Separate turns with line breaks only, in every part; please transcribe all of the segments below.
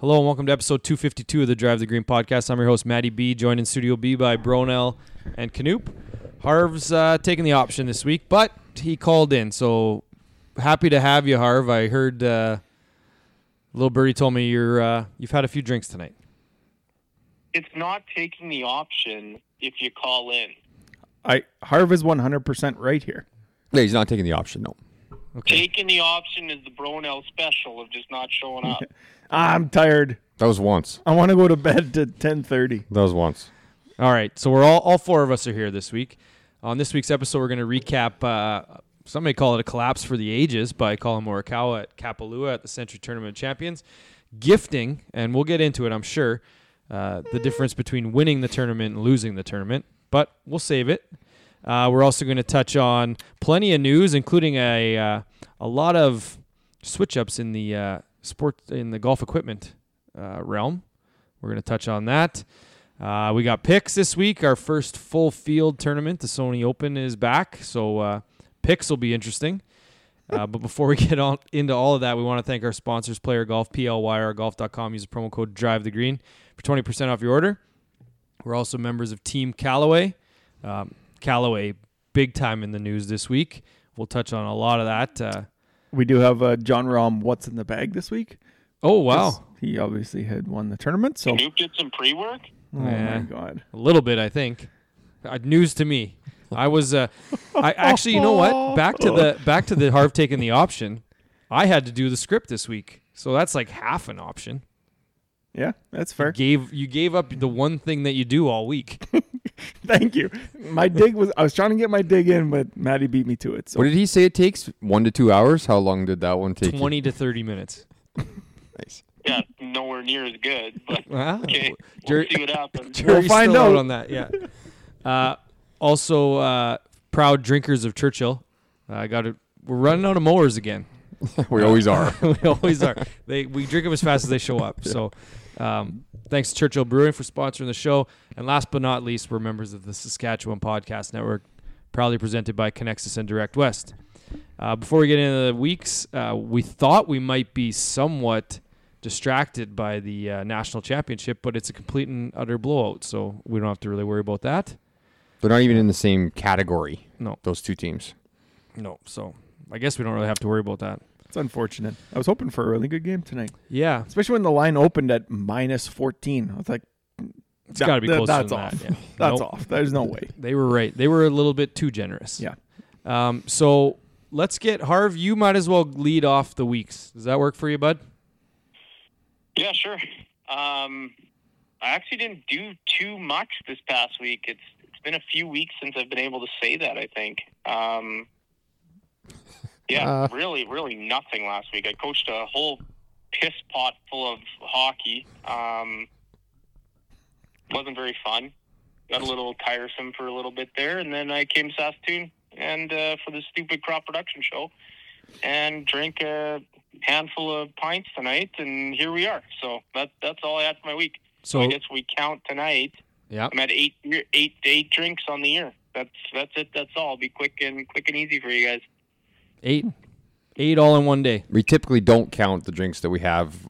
Hello and welcome to episode 252 of the Drive the Green podcast. I'm your host Maddie B, joined in Studio B by Bronell and Canoop. Harv's uh, taking the option this week, but he called in, so happy to have you, Harv. I heard uh, little birdie told me you're uh, you've had a few drinks tonight.
it's not taking the option if you call in.
I Harv is 100% right here.
No, he's not taking the option. No.
Okay.
Taking the option is the Bronell special of just not showing up.
I'm tired.
That was once.
I want to go to bed to 10:30.
That was once.
All right, so we're all all four of us are here this week. On this week's episode, we're going to recap. Uh, some may call it a collapse for the ages by Colin Morikawa at Kapalua at the Century Tournament of Champions, gifting, and we'll get into it, I'm sure, uh, the difference between winning the tournament and losing the tournament. But we'll save it. Uh, we're also going to touch on plenty of news, including a uh, a lot of switch ups in the uh, sport in the golf equipment uh, realm. We're going to touch on that. Uh, we got picks this week. Our first full field tournament, the Sony Open, is back, so uh, picks will be interesting. Uh, but before we get on into all of that, we want to thank our sponsors, Player Golf, PLYRGolf.com. Use the promo code Drive the Green for twenty percent off your order. We're also members of Team Callaway. Um, Callaway, big time in the news this week. We'll touch on a lot of that. Uh,
We do have uh, John Rom what's in the bag this week.
oh wow,
He obviously had won the tournament, so
Nuke did some pre work.
oh
Yeah.
my god.
a little bit, I think. Uh, news to me. I was. Uh, I actually, you know what? Back to the back to the Harv taking the option. I had to do the script this week, so that's like half an option.
Yeah, that's fair.
Gave you gave up the one thing that you do all week.
Thank you. My dig was I was trying to get my dig in, but Maddie beat me to it. So
What did he say it takes? One to two hours? How long did that one take? you?
Twenty to thirty minutes.
Yeah, nowhere near as good, but
Wow.
okay. We'll
Jer-
see what happens.
Jury's
find
still
out.
on that. Yeah. Uh, also, uh, proud drinkers of Churchill. Uh, I got to. We're running out of mowers again.
we always are.
we always are. They we drink them as fast as they show up. So, um, thanks to Churchill Brewing for sponsoring the show. And last but not least, we're members of the Saskatchewan Podcast Network, proudly presented by Connexus and Direct West. Uh, before we get into the weeks, uh, we thought we might be somewhat distracted by the uh, national championship, but it's a complete and utter blowout, so we don't have to really worry about that.
They're not even in the same category.
No.
Those two teams.
No, so I guess we don't really have to worry about that.
it's unfortunate. I was hoping for a really good game tonight,
Yeah,
especially when the line opened at minus 14. I was like
it's
that-
got to be
that-
closer
that's
than
off.
that. Yeah.
That's
Nope.
off. There's no way.
They were right. They were a little bit too generous.
Yeah.
Um, so let's get Harv. You might as well lead off the weeks. Does that work for you, bud?
Yeah, sure. Um, I actually didn't do too much this past week. It's it's been a few weeks since I've been able to say that. I think. Um, yeah,
Uh.
really, really nothing last week. I coached a whole piss pot full of hockey. Um, wasn't very fun. Got a little tiresome for a little bit there, and then I came to Saskatoon and uh, for the stupid crop production show, and drank a handful of pints tonight, and here we are. So that that's all I had for my week. So I
So
guess we count tonight.
Oh. yeah.
I'm at eight year- eight eight drinks on the year. That's that's it. That's all. Be quick and quick and easy for you guys.
Eight. Eight all in one day.
We typically don't count the drinks that we have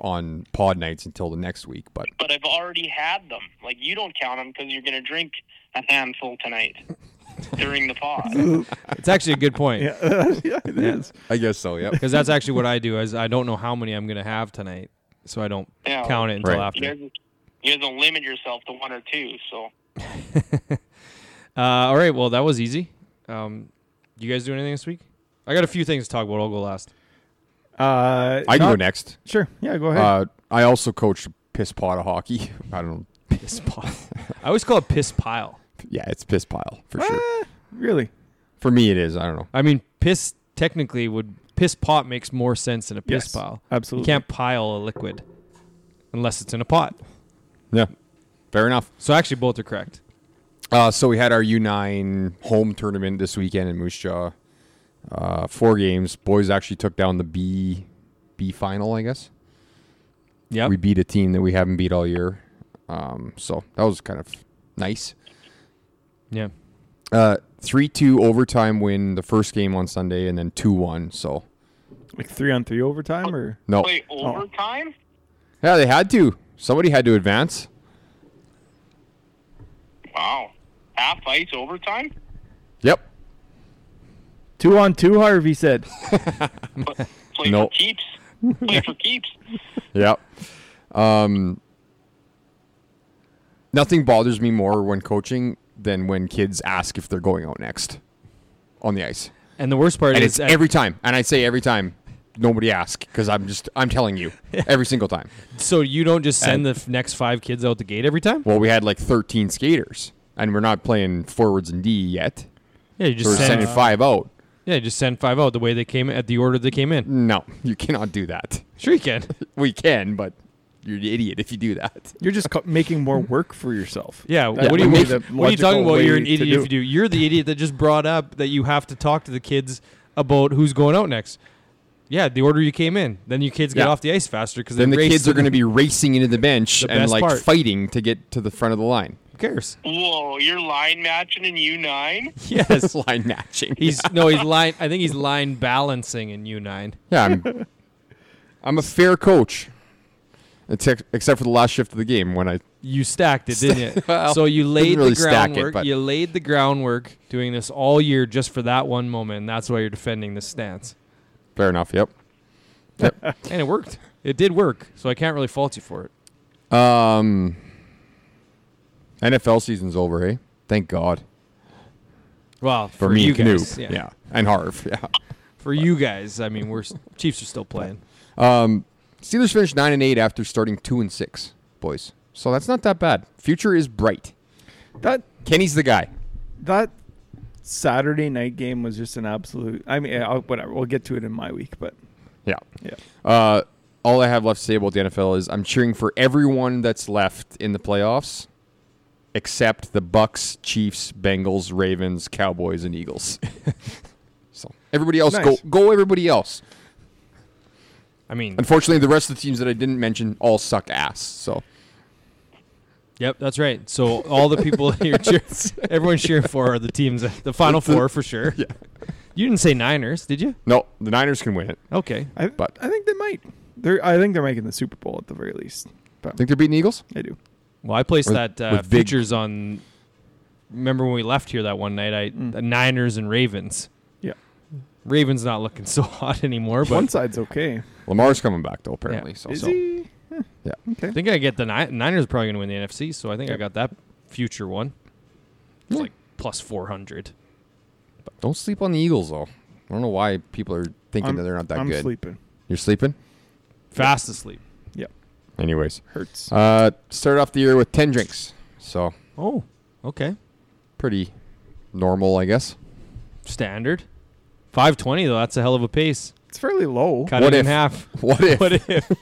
on pod nights until the next week, but
But I've already had them. Like you don't count them because you're gonna drink a handful tonight during the pod.
It's actually a good point.
Yeah, yeah it is.
I guess so, yep.
Because that's actually what I do is I don't know how many I'm gonna have tonight. So I don't
Yeah.
count it until
Right.
You
after.
guys, you guys don't limit yourself to one or two. So
Uh, all right, well that was easy. Um, you guys do anything this week? I got a few things to talk about. I'll go last.
Uh,
I can
not-
go next.
Sure. Yeah, go ahead.
Uh, I also coached piss pot of hockey. I don't know.
Piss pile. I always call it piss pile.
Yeah, it's piss pile for sure.
Eh, really?
For me, it is. I don't know.
I mean, piss technically would piss pot makes more sense than a piss
Yes,
pile.
absolutely.
you can't pile a liquid unless it's in a pot.
Yeah, fair enough.
So actually, both are correct.
Uh, so we had our U9 home tournament this weekend in Moose Jaw. Uh, four games. Boys actually took down the B B final, I guess.
Yep.
We beat a team that we haven't beat all year. Um, so that was kind of nice.
yeah.
Uh, 3 2 overtime win the first game on Sunday and then 2 1. So,
Like three on three overtime, or
Oh.
no.
Play overtime?
Yeah, they had to. Somebody had to advance.
Wow. Half ice overtime?
Yep.
two on two. Harvey said.
Play
Nope.
for keeps. Play for keeps.
Yep. Um, nothing bothers me more when coaching than when kids ask if they're going out next on the ice.
And the worst part
And
is
it's
at-
every time. And I say every time, nobody asks because I'm just, I'm telling you every single time.
so you don't just send the f- next five kids out the gate every time.
Well, we had like 13 skaters and we're not playing forwards and D yet.
Yeah, you
So
just
we're
send.
sending five out.
yeah, you just send five out the way they came at the order they came
Mm.
in.
No, you cannot do that.
Sure, you can.
We can, but you're an idiot if you do that.
You're just co- making more work for yourself.
Yeah,
That
what, do you,
would
what,
be the
what are you talking
logical
about? You're
way
an
to
idiot
do
if you
it.
do. You're the idiot that just brought up that you have to talk to the kids about who's going out next. Yeah, the order you came in. Then your kids get
Yeah.
off the ice faster because
Then the kids are going to be racing into the bench
The
and
best
like
part.
fighting to get to the front of the line.
Who cares?
Whoa, you're line matching in U9?
Yes,
line matching.
he's no, he's line. I think he's line balancing in U nine.
yeah, I'm, I'm a fair coach, except, except for the last shift of the game when I
You stacked it, didn't you?
Well,
so you laid
didn't really
the
stack it,
groundwork.
but-
you laid the groundwork doing this all year just for that one moment. And that's why you're defending this stance,
fair enough. Yep.
and it worked. It did work. So I can't really fault you for it.
Um, NFL season's over, hey? Thank God
Well,
for, me,
you
and Canoe.
guys,
yeah. and Harv. Yeah.
For you guys, I mean, we're s- Chiefs are still playing.
Um, Steelers finished nine and eight after starting two and six, boys. So that's not that bad. Future is bright.
That
Kenny's the guy.
that Saturday night game was just an absolute. I mean, i whatever. We'll get to it in my week, but
Yeah.
yeah.
Uh, all I have left to say about the NFL is I'm cheering for everyone that's left in the playoffs, except the Bucks, Chiefs, Bengals, Ravens, Cowboys, and Eagles. so everybody else,
Nice.
go go everybody else.
I mean,
Unfortunately, the rest of the teams that I didn't mention all suck ass. So
yep, that's right. So all the people that you're cheering, everyone's cheering for are the teams, that- the Final Four for sure. Yeah. You didn't say Niners, did you?
no, the Niners can win it.
Okay.
I
But-
I think they might. They're I think they're making the Super Bowl at the very least. But
Think they're beating the Eagles?
I do.
Well, I placed
With-
that uh,
with big-
futures on. Remember when we left here that one night? I
Mm.
the Niners and Ravens.
Yeah.
Ravens not looking so hot anymore,
One
but
side's okay.
Lamar's coming back though, apparently. So,
Is
so-
he? Huh,
yeah,
I think I get the Ni- Niners probably going to win the NFC. So I think I
Yep.
got that future one. It's
Yeah.
like plus four hundred.
don't sleep on the Eagles though. I don't know why people are thinking
I'm-
that they're not that
I'm
good.
sleeping.
You're sleeping,
Fast asleep.
Yeah.
anyways.
Hurts.
Uh, started off the year with ten drinks, so
Oh, okay.
pretty normal, I guess.
Standard. 520 though, that's a hell of a pace.
it's fairly low.
Cut
What
it in
if?
half.
What if?
What if?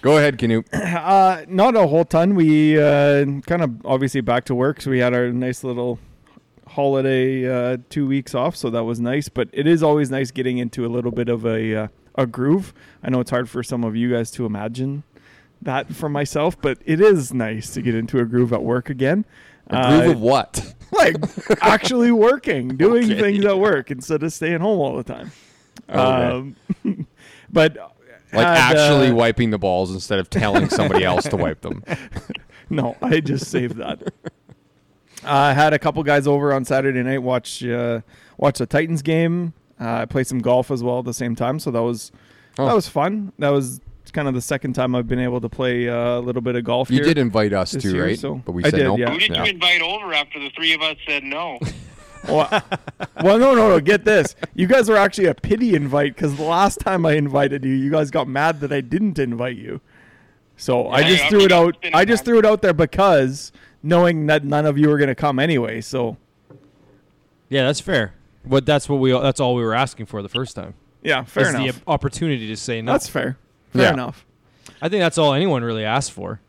Go ahead, Canute.
Uh, not a whole ton. We uh, kind of obviously back to work, so we had our nice little holiday uh, two weeks off, so that was nice. But it is always nice getting into a little bit of a uh, a groove. I know it's hard for some of you guys to imagine that for myself, but it is nice to get into a groove at work again.
A
Uh,
groove of what?
like actually working, doing
Okay.
things at work instead of staying home all the time.
Okay.
Um, but
Like
had,
actually
uh,
wiping the balls instead of telling somebody else to wipe them.
No, I just saved that. I had a couple guys over on Saturday night watch uh, watch the Titans game. Uh, I played some golf as well at the same time, so that was
Oh.
that was fun. That was kind of the second time I've been able to play uh, a little bit of golf.
You
here.
did invite us
This
too,
year,
right?
so-
But we
I
said
did,
no.
yeah.
Who did you invite over after the three of us said no?
Well, well, no, no, no. Get this. You guys were actually a pity invite because the last time I invited you, you guys got mad that I didn't invite you. So I
Yeah,
just
yeah,
threw
we
it
got
out.
spinning
I just
back.
threw it out there because knowing that none of you were going to come anyway. So
yeah, that's fair. But that's what we that's all we were asking for the first time.
yeah, fair
Is
enough.
The opportunity to say no.
That's fair. Fair
Yeah.
enough.
I think that's all anyone really asked for.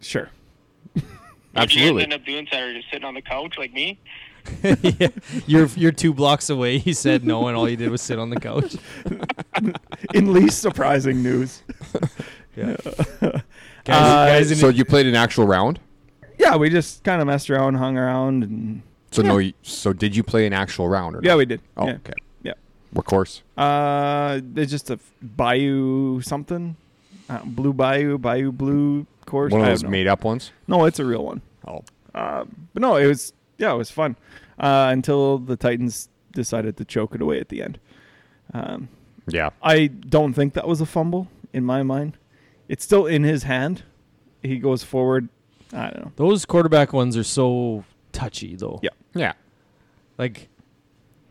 Sure.
What do you guys
Absolutely.
end up doing Saturday? Just sitting on the couch like me?
yeah, you're you're two blocks away. He said no, and all you did was sit on the couch.
In least surprising news.
Yeah.
Uh,
Guys, guys in
so you played an actual round?
Yeah, we just kind of messed around, hung around, and
So no. you- So did you play an actual round? Or
yeah,
not?
we did.
Oh,
yeah.
okay.
Yeah.
What course?
Uh, there's just a f- Bayou something, uh, Blue Bayou, Bayou Blue course.
One of
I
those
don't know.
made up ones.
No, it's a real one. Uh,
Oh,
But no, it was yeah, it was fun uh, until the Titans decided to choke it away at the end. Um,
yeah.
I don't think that was a fumble in my mind. It's still in his hand. He goes forward. I don't know.
those quarterback ones are so touchy, though.
Yeah.
Yeah.
Like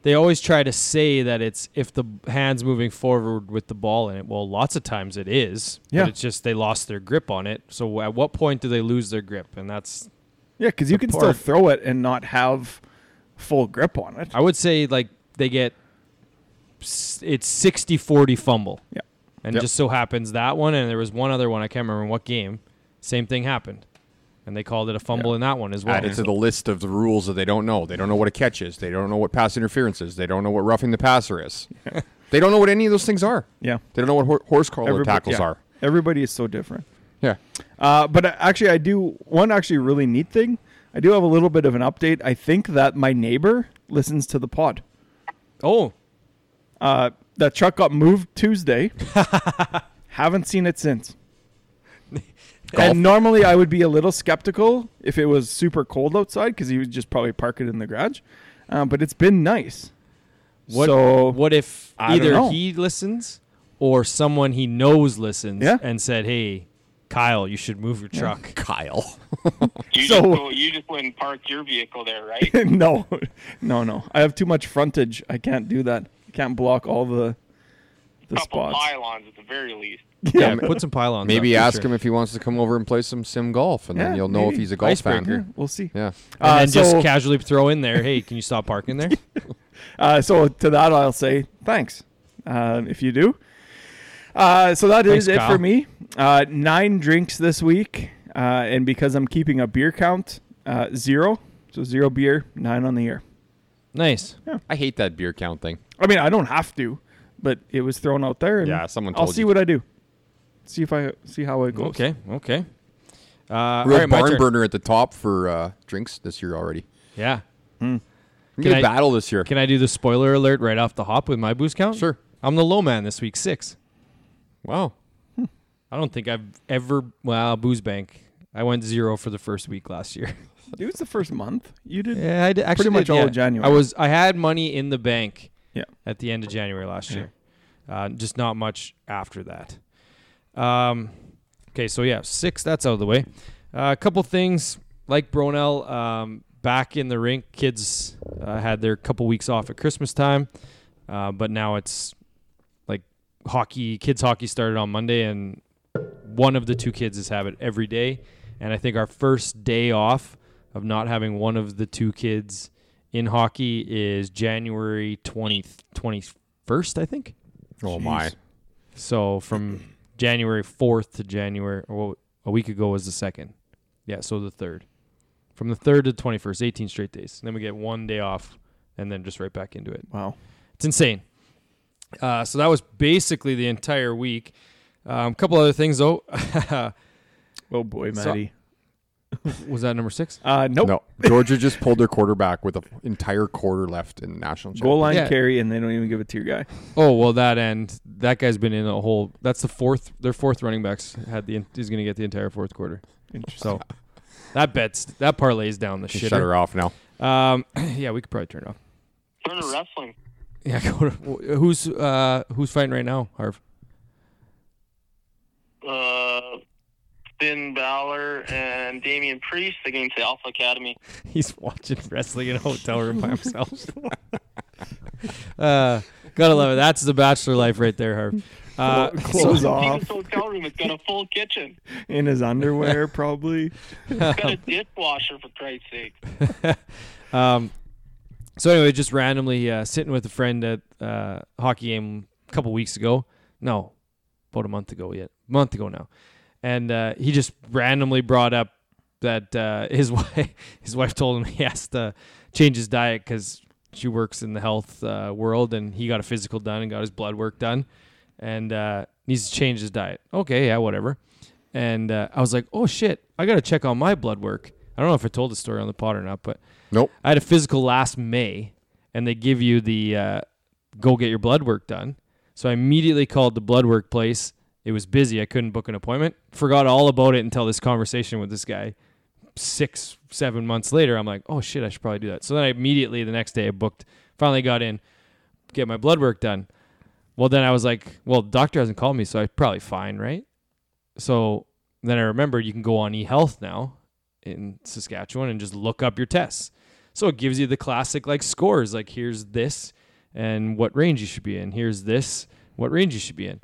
they always try to say that it's if the hands moving forward with the ball in it. Well, lots of times it is.
Yeah.
But it's just they lost their grip on it. So at what point do they lose their grip? And that's
Yeah, because you can still
part-
throw it and not have full grip on it.
I would say like they get s- it's 60-40 fumble.
Yeah.
And
Yep.
just so happens that one, and there was one other one I can't remember in what game. Same thing happened, and they called it a fumble in that one as well.
Added to the list of the rules that they don't know. They don't know what a catch is. They don't know what pass interference is. They don't know what roughing the passer is. they don't know what any of those things are.
Yeah.
They don't know what hor- horse collar
Everybo-
tackles
yeah.
are.
Everybody is so different.
Yeah.
Uh, but I- actually, I do one actually really neat thing. I do have a little bit of an update. I think that my neighbor listens to the pod.
oh,
Uh, that truck got moved Tuesday. Haven't seen it since.
Golf.
And normally I would be a little skeptical if it was super cold outside because he would just probably park it in the garage. Um, but it's been nice.
what?
so
what if
I don't
either
know.
he listens or someone he knows listens
Yeah.
and said, "Hey, Kyle, you should move your truck." Kyle,
You
So-
just go, you just went and parked your vehicle there, right?
no, no, no. I have too much frontage. I can't do that. I can't block all the the
couple
spots.
pylons at the very least.
yeah, put some pylons.
Maybe
up, for
ask
sure.
him if he wants to come over and play some sim golf, and then
Yeah,
you'll know if
maybe.
he's a golf
Icebreaker.
Yeah,
fan.
we'll see.
Yeah.
and
Uh,
then just
so-
casually throw in there, "Hey, can you stop parking there?"
Uh, so to that, I'll say thanks uh, if you do. Uh, so that
Thanks,
is it
Kyle.
for me. Uh, nine drinks this week, uh, and because I'm keeping a beer count, uh, zero. So zero beer, nine on the year.
nice.
I hate that beer count thing.
I mean, I don't have to, but it was thrown out there. And
Yeah, someone
I'll
told
see
you.
what I do. See if I see how it goes.
Okay, okay. Uh, all
Real
right, my
barn
turn.
burner at the top for uh, drinks this year already.
Yeah.
We
Can
get a
I-
battle this year.
Can I do the spoiler alert right off the hop with my boost count?
Sure.
I'm the low man this week, six.
wow.
I don't think I've ever well booze bank. I went zero for the first week last year.
Dude, it's the first month you did.
Yeah, I did, actually
much
did,
all
yeah.
of January.
I was I had money in the bank
Yeah.
at the end of January last year, uh, just not much after that. Um, okay, so yeah, six. That's out of the way. Uh, a couple things like Bronell um, back in the rink. Kids uh, had their couple weeks off at Christmas time, uh, but now it's like hockey. Kids hockey started on Monday, and one of the two kids is have it every day. And I think our first day off of not having one of the two kids in hockey is January 20, 21st, I think.
Oh my.
So from January 4th to January, well, a week ago was the second. Yeah, so the third. From the third to the 21st, 18 straight days. And then we get one day off and then just right back into it.
Wow.
It's insane. Uh, so that was basically the entire week. A um, couple other things though.
Oh boy,
So-
Maddie.
was that number six?
uh, nope.
No, Georgia just pulled their quarterback with an entire quarter left in the national
Goal line
Yeah.
carry, and they don't even give it to your guy.
Oh well, that end. That guy's been in a whole. That's the fourth. Their fourth running backs had the. He's going to get the entire fourth quarter.
Interesting.
So that bets that parlays down the
Shut
shitter.
her off now.
Um, yeah, we could probably turn it off.
Turn to wrestling.
Yeah, go to, who's uh who's fighting right now, Harv?
Uh, Finn Balor and Damian Priest against the Alpha Academy.
He's watching wrestling in a hotel room by himself. uh, gotta love it. That's the bachelor life right there, Harv. Uh,
Clothes
See,
off
this hotel room has got a full kitchen.
in his underwear, probably.
It's got a dishwasher for Christ's sake.
Um, so anyway, just randomly uh, sitting with a friend at uh, hockey game a couple weeks ago. No, about a month ago yet, month ago now, and uh, he just randomly brought up that uh, his wife his wife told him he has to change his diet because she works in the health uh, world and he got a physical done and got his blood work done and uh, needs to change his diet. Okay, yeah, whatever. And uh, I was like, oh shit, I gotta check on my blood work. I don't know if I told the story on the pod or not, but
Nope.
I had a physical last May, and they give you the uh, go get your blood work done. So I immediately called the blood work place. It was busy. I couldn't book an appointment. Forgot all about it until this conversation with this guy. Six, seven months later, I'm like, oh shit, I should probably do that. So then I immediately the next day I booked. Finally got in, get my blood work done. Well, then I was like, well, the doctor hasn't called me, so I'm probably fine, right? So then I remembered you can go on eHealth now in Saskatchewan and just look up your tests. So it gives you the classic like scores, like here's this and what range you should be in. Here's this, what range you should be in.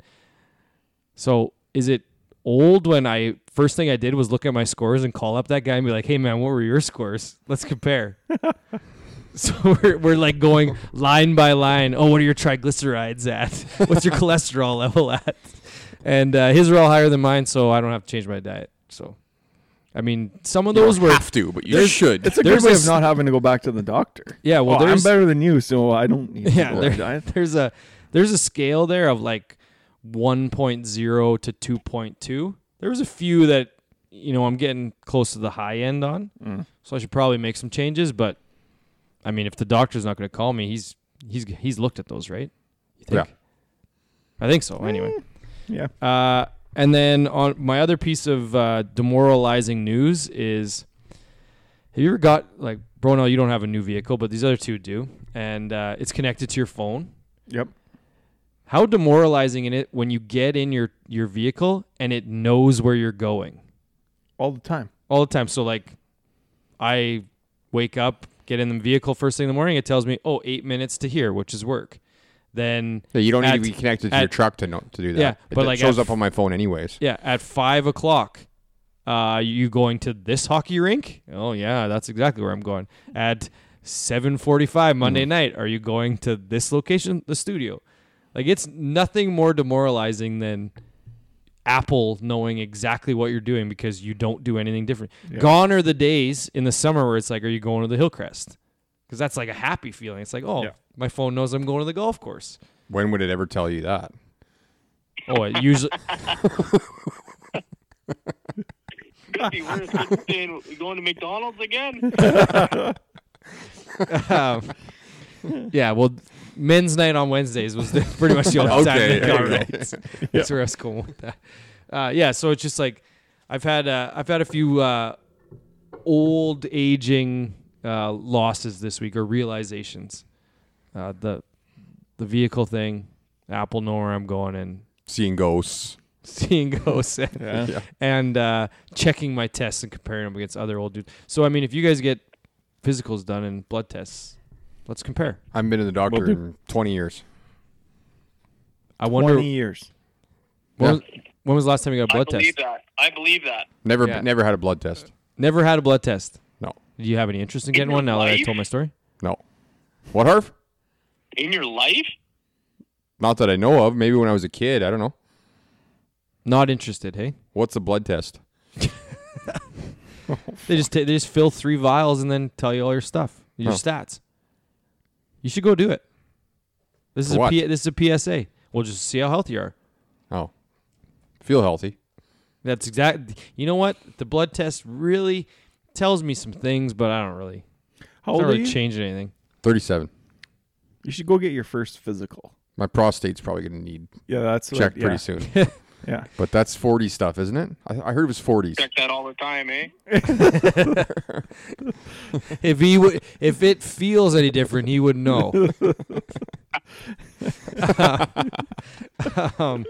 So is it old when I first thing I did was look at my scores and call up that guy and be like, hey man, what were your scores? Let's compare. So we're, we're like going line by line. Oh, what are your triglycerides at? What's your cholesterol level at? And uh, his are all higher than mine, so I don't have to change my diet. So, I mean, some of those
Those
were
have to, but you
there's-
should.
It's a
There's
good way
a
of
s-
not having to go back to the doctor.
Yeah, well,
oh, I'm
there's-
better than you, so I don't need.
yeah.
to go
there-
on a diet.
there's a there's a scale there of like 1.0 to 2.2. There was a few that you know I'm getting close to the high end on, so I should probably make some changes. But I mean, if the doctor's not going to call me, he's he's he's looked at those, right? You think?
Yeah.
I think so. Anyway.
Yeah,
Uh, and then on my other piece of uh, demoralizing news is, have you ever got like Bronell? You don't have a new vehicle, but these other two do, and uh, it's connected to your phone.
yep.
How demoralizing is it when you get in your your vehicle and it knows where you're going
All the time.
all the time? So like, I wake up, get in the vehicle first thing in the morning. It tells me, oh, eight minutes to here, which is work. Then
Yeah, you don't
at-
need to be connected to
at-
your truck to know, to do that.
Yeah,
it,
but
it
like
shows
at-
up on my phone anyways.
Yeah, at five o'clock. Uh, you going to this hockey rink? Oh yeah, that's exactly where I'm going. At seven forty-five Monday night, are you going to this location, the studio? Like it's nothing more demoralizing than Apple knowing exactly what you're doing because you don't do anything different. Gone are the days in the summer where it's like, are you going to the Hillcrest? Because that's like a happy feeling. It's like, oh,
Yeah.
my phone knows I'm going to the golf course.
When would it ever tell you that?
Oh, it usually.
Could be worse than saying, going to McDonald's again.
um, yeah, well, men's night on Wednesdays was the, pretty much the only time.
Okay,
they got
okay.
rights. That's where I was going with that. Uh, yeah, so it's just like I've had uh, I've had a few uh, old aging uh, losses this week or realizations. Uh, the the vehicle thing, Apple know where I'm going and
Seeing ghosts.
seeing ghosts and,
Yeah.
and uh, checking my tests and comparing them against other old dudes. So I mean, if you guys get physicals done and blood tests, let's compare.
I haven't been to the doctor
Will do.
in 20 years.
I wonder
Twenty years.
when,
Yeah.
was, when was the last time you got a
I
blood
believe
test?
that. I believe that.
Never,
Yeah.
never had a blood test.
Never had a blood test.
No,
Do you have any interest in
In
getting
your
one now that I
life?
told my story?
no. What Harv?
In your life?
Not that I know of. Maybe when I was a kid. I don't know.
Not interested, hey?
What's a blood test?
They just ta- they just fill three vials and then tell you all your stuff, your
Huh.
stats. You should go do it. This is
For
a
what?
P- this is a PSA. We'll just see how healthy you are.
Oh, feel healthy.
That's exact. You know what? The blood test really tells me some things, but I don't really.
How
It's
old
not
are
really
you?
changing anything.
37.
you should go get your first physical.
My prostate's probably going to need
Yeah, that's what-
checked
yeah,
pretty soon.
Yeah.
but that's 40 stuff, isn't it? I, I heard it was 40s.
Check that all the time, eh?
If he would, if it feels any different, he would know. um,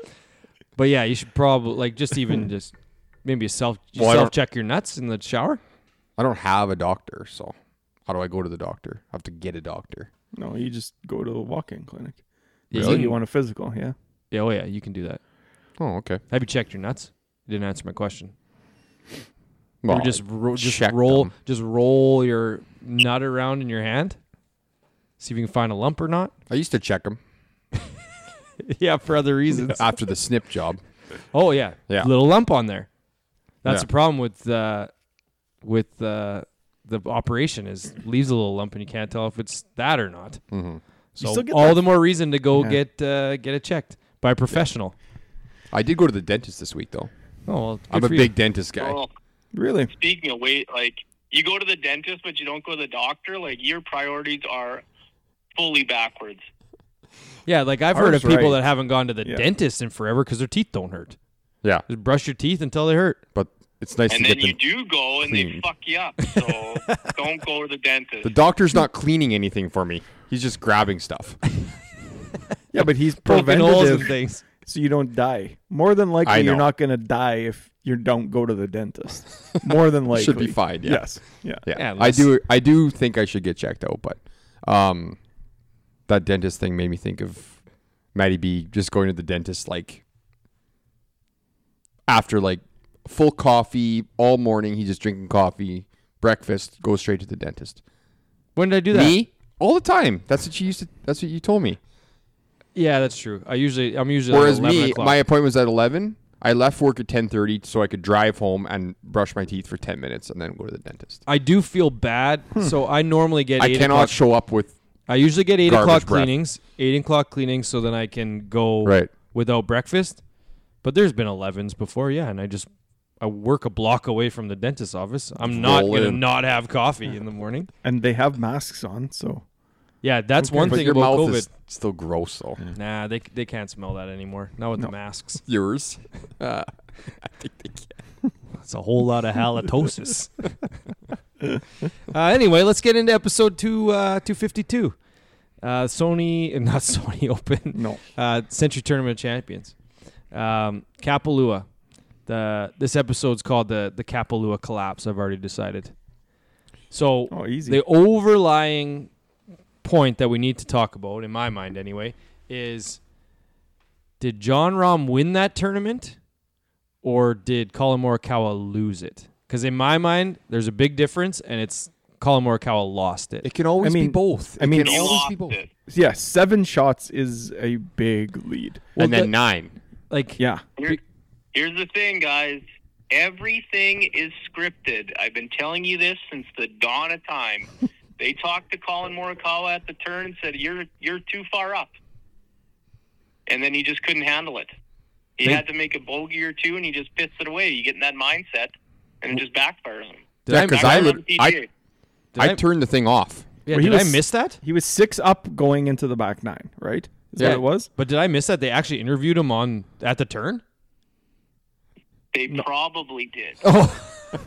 but yeah, you should probably like just even just maybe a self
Well, I don't-
self check your nuts in the shower.
I don't have a doctor, so how do I go to the doctor? I have to get a doctor.
No, you just go to a walk-in clinic.
Yeah,
So
you,
you want a physical? Yeah.
yeah, oh yeah, you can do that.
Oh, okay.
Have you checked your nuts? You didn't answer my question.
Well,
or just ro- just
checked
roll
them.
just roll your nut around in your hand, see if you can find a lump or not.
I used to check them
yeah, for other reasons.
after the snip job.
Oh yeah,
Yeah.
Little lump on there. That's the
Yeah.
problem with uh, with uh, the operation is leaves a little lump, and you can't tell if it's that or not. So
Mm-hmm.
still get
all
that-
the more reason to go
Yeah.
get uh, get it checked by a professional.
I did go to the dentist this week though.
Oh, well, good
I'm a
for you.
big dentist guy.
Well,
Really?
speaking of weight, like you go to the dentist, but you don't go to the doctor. Like your priorities are fully backwards.
Yeah, like I've heard
Ours
of people
right.
that haven't gone to the
Yeah.
dentist in forever because their teeth don't hurt.
Yeah,
Just brush your teeth until they hurt.
but it's nice
And
to
then
get
you
them.
do go, and
cleaned.
they fuck you up. So don't go to the dentist.
The doctor's not cleaning anything for me. He's just grabbing stuff.
Yeah, but he's
Poking holes and
preventative,
things.
so you don't die. More than likely,
I
you're
know.
not going to die if you don't go to the dentist. More than likely,
Should be fine, yeah.
Yes. Yeah.
Yeah,
Yeah,
I
less-
do. I do think I should get checked out, but um, that dentist thing made me think of Maddie B just going to the dentist like after like full coffee all morning. He's just drinking coffee, breakfast, go straight to the dentist.
When did I do that?
Me all the time. That's what she used to. That's what you told me.
Yeah, that's true. I usually I'm usually
Whereas
like 11
me,
o'clock.
my appointment was at eleven. I left work at ten thirty so I could drive home and brush my teeth for ten minutes and then go to the dentist.
I do feel bad, so I normally get.
Hmm. I
eight
cannot
o'clock-
show up with
I usually get eight
garbage
o'clock
breath.
cleanings, eight o'clock cleanings, so then I can go
Right.
without breakfast. But there's been 11s before, yeah, and I just I work a block away from the dentist's office. I'm not
roll
gonna
in.
not have coffee in the morning.
And they have masks on, so
Yeah, that's one
but
thing
your
about
mouth
COVID.
is still gross though.
Nah, they they can't smell that anymore. Not with the masks.
Yours. Uh, I think they can.
It's a whole lot of halitosis. uh, anyway, let's get into episode two uh, two fifty two. Uh, Sony, not Sony Open.
no.
uh, Century Tournament champions. Um, Kapalua. The this episode's called the the Kapalua collapse. I've already decided. So
Oh, easy.
the overlying point that we need to talk about, in my mind anyway, is did John Rom win that tournament, or did Colin Morikawa lose it? Because in my mind, there's a big difference, and it's Colin Morikawa lost it.
It can
I
always
mean-
be both.
I mean-
it
you
can always
lost
be both.
it.
yeah, seven shots is a big lead.
Well,
and then
that-
nine.
Like
Yeah.
Here- here's the thing, guys. Everything is scripted. I've been telling you this since the dawn of time. they talked to Colin Morikawa at the turn and said, "You're you're too far up," and then he just couldn't handle it. He had to make a bogey or two, and he just pissed it away. You get in that mindset, and it just backfires him.
did
Yeah,
I-
'cause
did
I
I,
lit-
Backfires
I-
PGA.
did
I,
I-
turned the thing off.
yeah,
Well, he
did I
was-
miss that?
He was six up going into the back nine, right? Is
Yeah.
what it was.
But did I miss that they actually interviewed him on at the turn?
They probably did.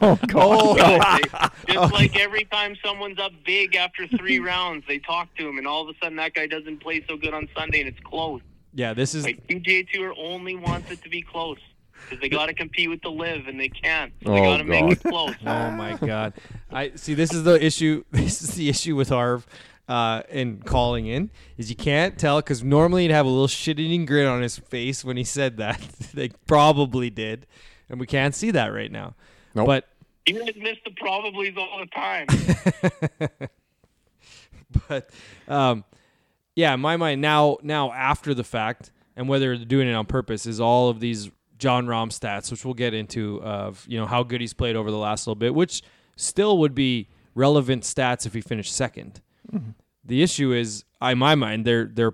Oh God.
They- just like every time someone's up big after three rounds, they talk to him, and all of a sudden that guy doesn't play so good on Sunday, and it's close.
Yeah, this is
Like PGA Tour only wants it to be close because they got to compete with the live, and they can't. So
Oh,
they got to make it
God.
close.
oh my god. I see this is the issue this is the issue with Harv uh and calling in is you can't tell cuz normally he'd have a little shit eating grin on his face when he said that. they probably did. And we can't see that right now.
Nope.
But
You guys miss the probablys all the time.
but um, yeah, in my mind now now after the fact and whether they're doing it on purpose is all of these John Rom stats, which we'll get into of you know how good he's played over the last little bit, which still would be relevant stats if he finished 2nd The issue is, in my mind, they're they're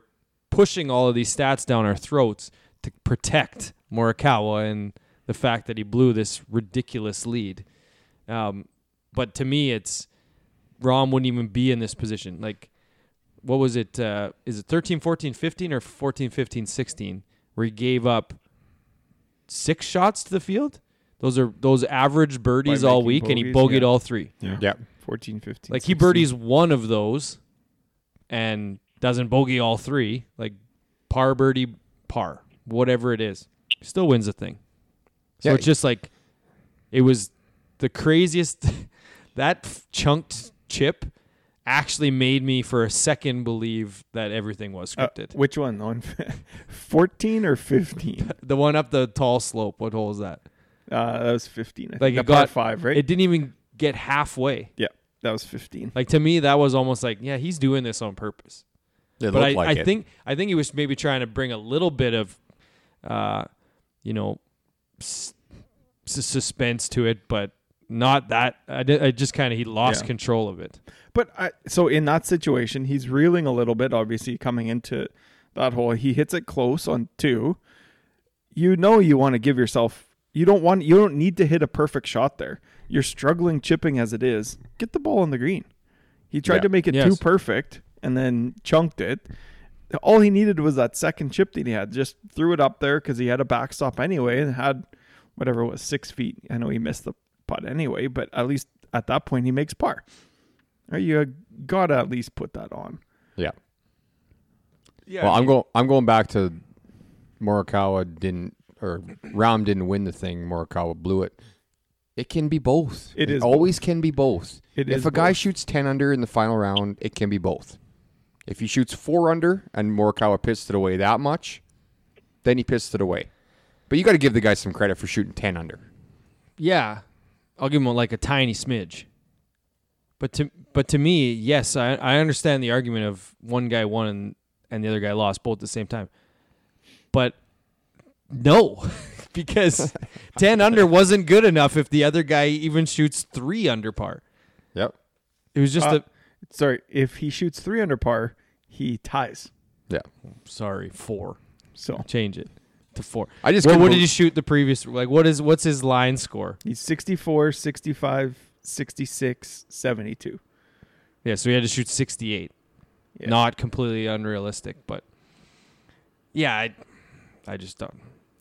pushing all of these stats down our throats to protect Morikawa and the fact that he blew this ridiculous lead. Um, but to me, it's Rom wouldn't even be in this position. Like, what was it? Uh, is it 13, 14, 15 or 14, 15, 16 where he gave up six shots to the field? Those are those average birdies all
making
week, and he
bogeys,
bogeyed
yeah.
all three.
Yeah.
14, 15.
Like, he
16.
birdies one of those and doesn't bogey all three. Like, par birdie, par, whatever it is. Still wins the thing. So
Yeah.
it's just like it was the craziest. that f- chunked chip actually made me for a second believe that everything was
Uh,
scripted.
which one? On 14 or 15?
the one up the tall slope. What hole is that?
Uh, that was 15. I think.
Like
The
it
par
got
five, right?
It didn't even get halfway.
yeah, that was 15.
Like to me, that was almost like, yeah, he's doing this on purpose.
It
but I,
looked like
I
it.
think I think he was maybe trying to bring a little bit of, uh, you know, s- s- suspense to it. But not that. I, did, I just kind of he lost
Yeah.
control of it.
But I, so in that situation, he's reeling a little bit, obviously coming into that hole. He hits it close on two. You know you want to give yourself. You don't want. You don't need to hit a perfect shot there. You're struggling chipping as it is. Get the ball on the green. He tried
Yeah.
to make it
Yes.
too perfect and then chunked it. All he needed was that second chip that he had. Just threw it up there because he had a backstop anyway and had whatever it was six feet. I know he missed the putt anyway, but at least at that point he makes par. Or You uh, gotta at least put that on.
Yeah.
Yeah.
Well, I'm going. I'm going back to Morikawa didn't or Ram didn't win the thing. Morikawa blew it. It can be both.
It is
always can be both.
It
if
is
a guy
both.
shoots ten under in the final round, it can be both. If he shoots four under and Morikawa pissed it away that much, then he pissed it away. But you got to give the guy some credit for shooting ten under.
yeah, I'll give him like a tiny smidge. But to but to me, yes, I I understand the argument of one guy won and, and the other guy lost both at the same time. But no, because ten under wasn't good enough if the other guy even shoots three under par.
Yep.
It was just
Uh,
a
Sorry, if he shoots three under par, he ties.
Yeah.
sorry four.
So
Change it to four.
I just
Well,
couldn't
what did
bel-
he shoot the previous? Like what is what's his line score?
he's 64, 65, 66, 72.
Yeah, so he had to shoot 68.
Yeah.
Not completely unrealistic, but yeah, I, I just don't.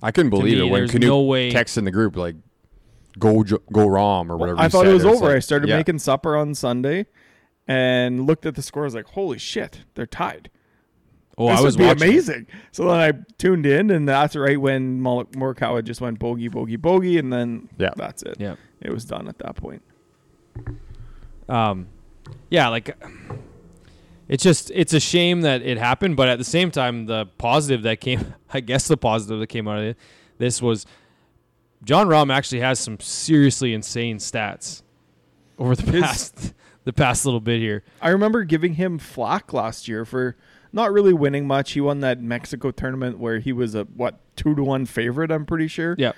I couldn't believe
me,
it when
there's
Canoe
no way-
texts in the group like, "Go Jo- go Rom" or whatever.
I
he
thought
said.
it was
It's
over.
like-
I started
Yeah.
making supper on Sunday and looked at the score. I was like, holy shit, they're tied.
Oh,
this
I was
would be
watching.
amazing. So then I tuned in, and that's right when Mol- Morikawa just went bogey, bogey, bogey, and then
Yeah.
that's it.
Yeah.
It was done at that point.
Um, yeah, like it's just it's a shame that it happened, but at the same time, the positive that came, I guess, the positive that came out of it, this was John Rahm actually has some seriously insane stats over the
His-
past the past little bit here.
I remember giving him flack last year for not really winning much. He won that Mexico tournament where he was a what two to one favorite. I'm pretty sure.
Yeah,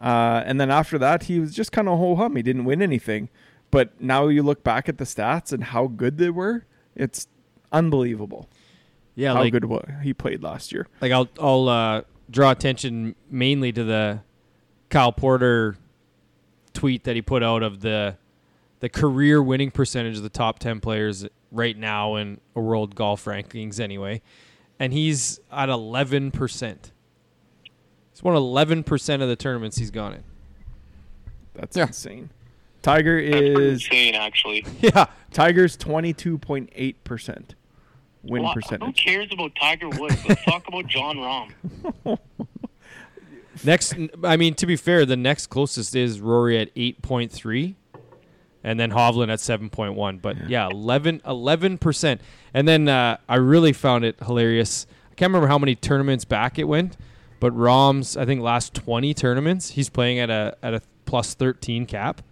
Uh, and then after that, he was just kind of ho hum. He didn't win anything. But now you look back at the stats and how good they were. It's unbelievable
yeah,
how
like
good wa- he played last year.
like I'll I'll uh, draw attention mainly to the Kyle Porter tweet that he put out of the the career winning percentage of the top ten players right now in a world golf rankings anyway, and he's at eleven percent. He's won eleven percent of the tournaments he's gone in.
That's
Yeah.
insane. Tiger
That's pretty
is
insane, actually.
Yeah,
Tiger's twenty two point eight percent win
Wha- Who
percentage.
cares about Tiger Woods? Let's talk about John Rahm.
Next, I mean, to be fair, the next closest is Rory at 8.3 and then Hovland at 7.1. But yeah, 11, 11%. And then uh, I really found it hilarious. I can't remember how many tournaments back it went, but Rom's, I think, last 20 tournaments, he's playing at a, at a plus 13 cap.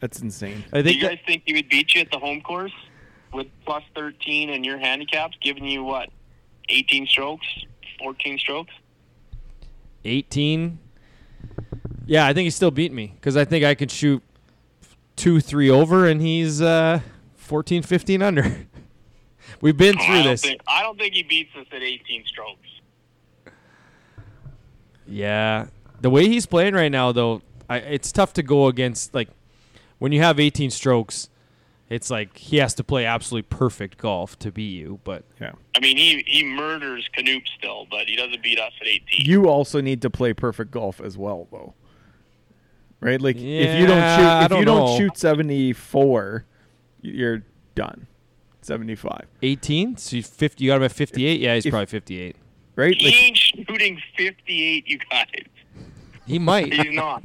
That's insane.
I
Do
think
you
that,
guys think he would beat you at the home course with plus 13 and your handicaps giving you what? 18 strokes? 14 strokes?
18. Yeah, I think he still beat me because I think I could shoot 2 3 over and he's uh, 14, 15 under. We've been
Oh, I
through
don't
this.
Think, I don't think he beats us at 18 strokes.
Yeah, the way he's playing right now, though, I, it's tough to go against. Like when you have 18 strokes, it's like he has to play absolutely perfect golf to beat you. But
Yeah.
I mean, he, he murders Canoop still, but he doesn't beat us at 18.
you also need to play perfect golf as well though right like if you don't
Yeah,
shoot
I
if
don't
you don't
know.
shoot 74 y- you're done 75
18, so you 50, you got him at 58. Yeah, he's
If-
probably 58.
right
He
like
ain't shooting 58, you guys.
He might.
He's not.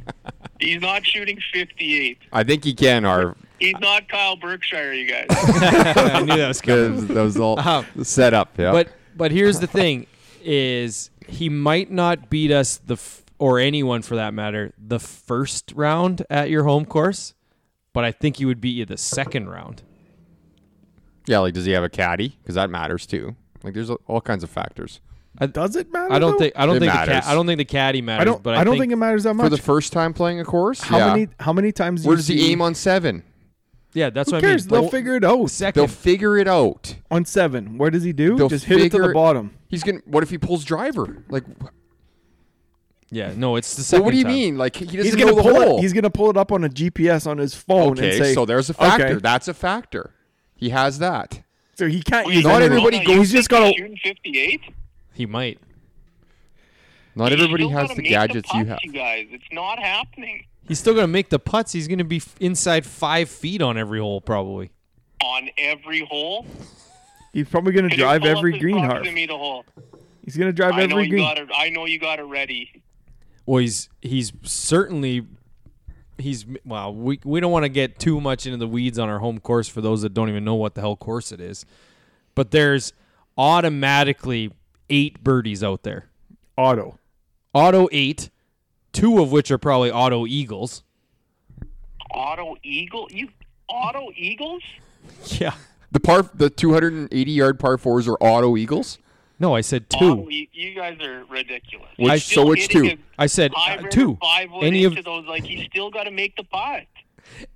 He's not shooting 58.
I think he can, Harv.
He's not Kyle Berkshire, you guys.
I knew that was coming.
Because that was all
Um,
set up. Yeah.
But but here's the thing: is he might not beat us the f- or anyone for that matter the first round at your home course, but I think he would beat you the second round.
yeah, like does he have a caddy? Because that matters too. Like there's all kinds of factors.
Does it matter?
I don't
though?
think I don't
It
think the
matters.
ca- I don't think the caddy matters.
I don't.
But
I,
I,
don't think, it matters that
for
much.
the first time playing a course.
how
yeah.
many? How many times? do
Where
you
does he
see-
aim on seven?
Yeah, that's
Who
what I
cares?
mean.
They'll
Don't-
figure it out.
2nd
They'll figure it out.
on seven. Where does he do?
They'll
Just hit it to
figure
the
it-
bottom.
He's gonna. What if he pulls driver? Like, wh-
yeah, no, it's the second.
what do you
time.
mean? Like he doesn't
He's
know
gonna
the
pull
hole.
it. He's gonna pull it up on a GPS on his phone
okay.
and say.
so there's a
okay.
factor. That's a factor. He has that.
So he can't
Well,
use.
you
Not
don't
everybody
know.
goes-
You
he's
just
think
gotta-
he's shooting 58.
He might.
Not
You
everybody
still
has
gotta
the
make
gadgets you
putts,
have.
You guys, it's not happening
He's still gonna make the putts. He's gonna be f- inside five feet on every hole probably.
on every hole.
He's probably gonna
Can you
drive
pull up
every
his
green harp.
proximity to hole?
He's gonna drive
I know
every
you
green.
got it. I know you got it ready.
Well, he's he's certainly he's well. We we don't want to get too much into the weeds on our home course for those that don't even know what the hell course it is. But there's automatically eight birdies out there.
Auto.
Auto eight, two of which are probably auto eagles.
Auto eagle. You auto eagles?
Yeah.
The par, the 280 yard par fours are auto eagles.
No, I said
Auto
two.
e- you guys are ridiculous.
Which-
He's still
so it's
hitting
two.
his
I said
high
uh,
river
two.
Five wood
Any of
into those like he's still got to make the putt.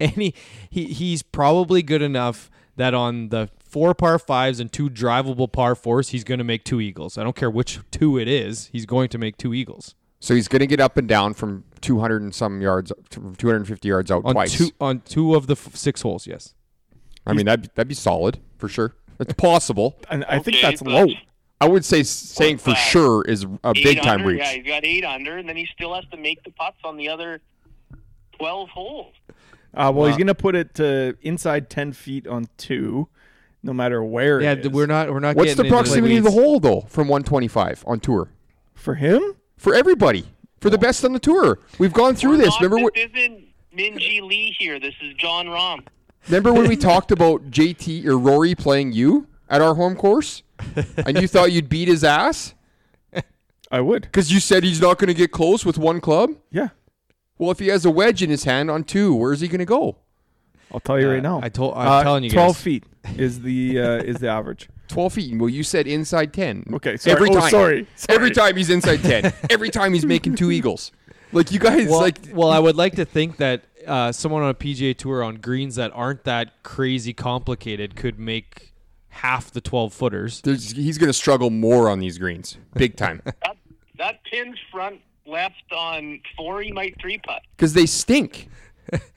any he he's probably good enough that on the four par fives and two drivable par fours, he's going to make two eagles. I don't care which two it is. He's going to make two eagles.
So he's gonna get up and down from 200 and some yards, from 250 yards out
on
twice.
two on two of the f- six holes. Yes.
I mean that that'd be solid for sure. It's possible.
And I think
Okay,
that's
but-
low.
I would say s- saying for
that?
sure is a
Eight
big time
under,
reach.
Yeah, he's got eight under, and then he still has to make the putts on the other twelve holes.
Uh, well, he's gonna put it to inside ten feet on two, no matter where.
Yeah,
it
th-
is.
we're not we're not.
What's
getting
the
into
proximity to the
weeds.
hole though from 125 on tour
for him.
for everybody for the best on the tour? We've gone through this.
Not-
Remember what?
this isn't Minji Lee here. This is John Rom.
Remember when we talked about JT or Rory playing you at our home course, and you thought you'd beat his ass
I would.
because you said he's not going to get close with one club.
Yeah,
Well, if he has a wedge in his hand on two, where's he going to go?
I'll tell you
Uh,
right now.
I told- I'm
Uh,
telling you
Twelve
guys.
feet is the uh, is the average.
12 feet. Well, you said inside 10.
Okay, sorry.
Every
Oh,
time.
sorry.
Every time he's inside 10. Every time he's making two eagles. Like, you guys,
Well,
like,
well, I would like to think that uh, someone on a PGA tour on greens that aren't that crazy complicated could make half the twelve footers.
there's, he's going to struggle more on these greens. Big time.
That, that pin's front left on four. He might three putt.
Because they stink.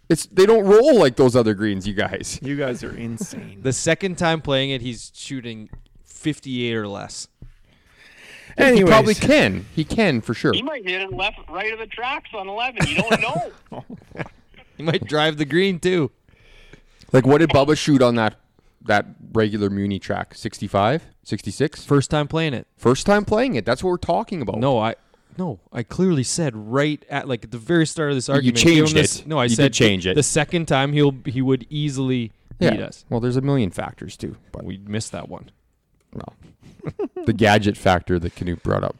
It's They don't roll like those other greens, you guys.
You guys are insane.
The second time playing it, he's shooting fifty-eight or less.
He
Anyways,
probably can. He can for sure.
He might hit it left, right of the tracks on eleven. You don't know.
He might drive the green too.
Like, what did Bubba shoot on that that regular Muni track? 65? 66?
First time playing it.
First time playing it. That's what we're talking about.
No, I. No, I clearly said right at like at the very start of this argument. give
changed
him this-
it.
No, I
You did
said
change it.
The second time he'll he would easily
Yeah.
beat us.
Well, there's a million factors, too. But
We missed that one.
no. the gadget factor that Canute brought up.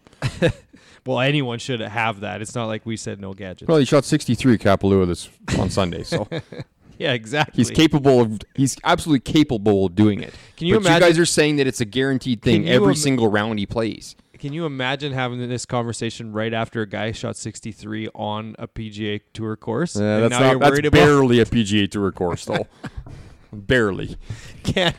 Well, anyone should have that. It's not like we said no gadgets.
Well, he shot 63 Kapalua this on Sunday, so
yeah, exactly.
he's capable of. He's absolutely capable of doing it.
Can you
But
imagine-
You guys are saying that it's a guaranteed
Can
thing
you
every
im-
single round he plays.
Can you imagine having this conversation right after a guy shot 63 on a PGA Tour course?
Uh,
and now you're worried about
barely a PGA Tour course, though. barely.
can't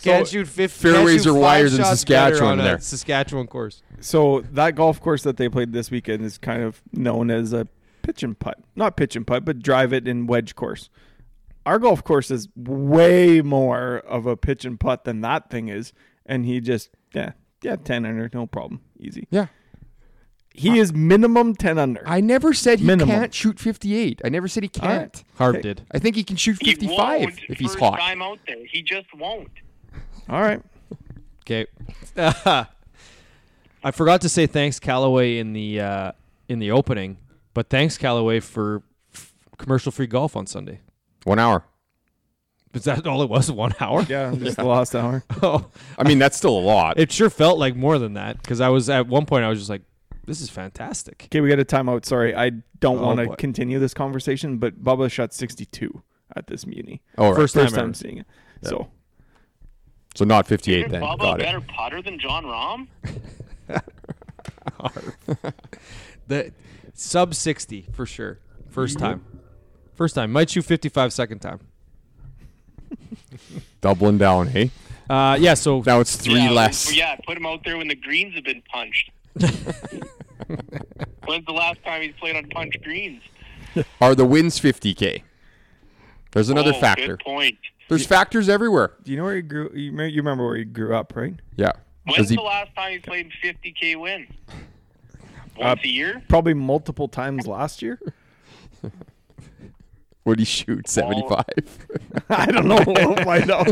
can't shoot 50 can't
fairways
shoot
are
five
wires in
shots better
Saskatchewan
on
there.
a Saskatchewan course.
so that golf course that they played this weekend is kind of known as a pitch and putt, not pitch and putt, but drive it and wedge course. Our golf course is way more of a pitch and putt than that thing is, and he just yeah yeah ten under no problem easy.
Yeah,
He is minimum ten under.
I never said he
Minimum.
can't shoot 58. I never said he
right.
can't.
Harv
Okay.
did.
I think he can shoot
He
55
won't
if he's
first
hot.
Time out there, he just won't.
All right.
Okay. I forgot to say thanks Callaway in the uh, in the opening, but thanks Callaway for f- commercial-free golf on Sunday.
One hour.
Is that all it was? One hour?
Yeah, just the last hour.
Oh.
I mean, that's still a lot.
It sure felt like more than that because I was at one point I was just like, "This is fantastic."
Okay, we got a timeout. Sorry, I don't
Oh,
want
boy.
to continue this conversation, but Bubba shot 62 at this muni.
All right.
First time,
First time
ever.
seeing it. So
so not 58
Isn't
then.
Bubba a
Got it.
better putter than John Rom?
the sub 60 for sure. First time. First time. Might shoot 55 second time.
Doubling down, hey?
Uh, yeah, so
Now it's three
yeah,
less.
well, Yeah, put him out there when the greens have been punched. When's the last time he's played on punch greens?
Are the wins 50K? There's another
Oh,
factor.
Good point.
There's factors everywhere.
Do you know where you grew? You, me- you remember where you grew up, right?
Yeah.
When's
Does he-
the last time he played 50k win?
Uh,
Once a year?
Probably multiple times last year.
would he shoot 75?
I don't know. We'll find out.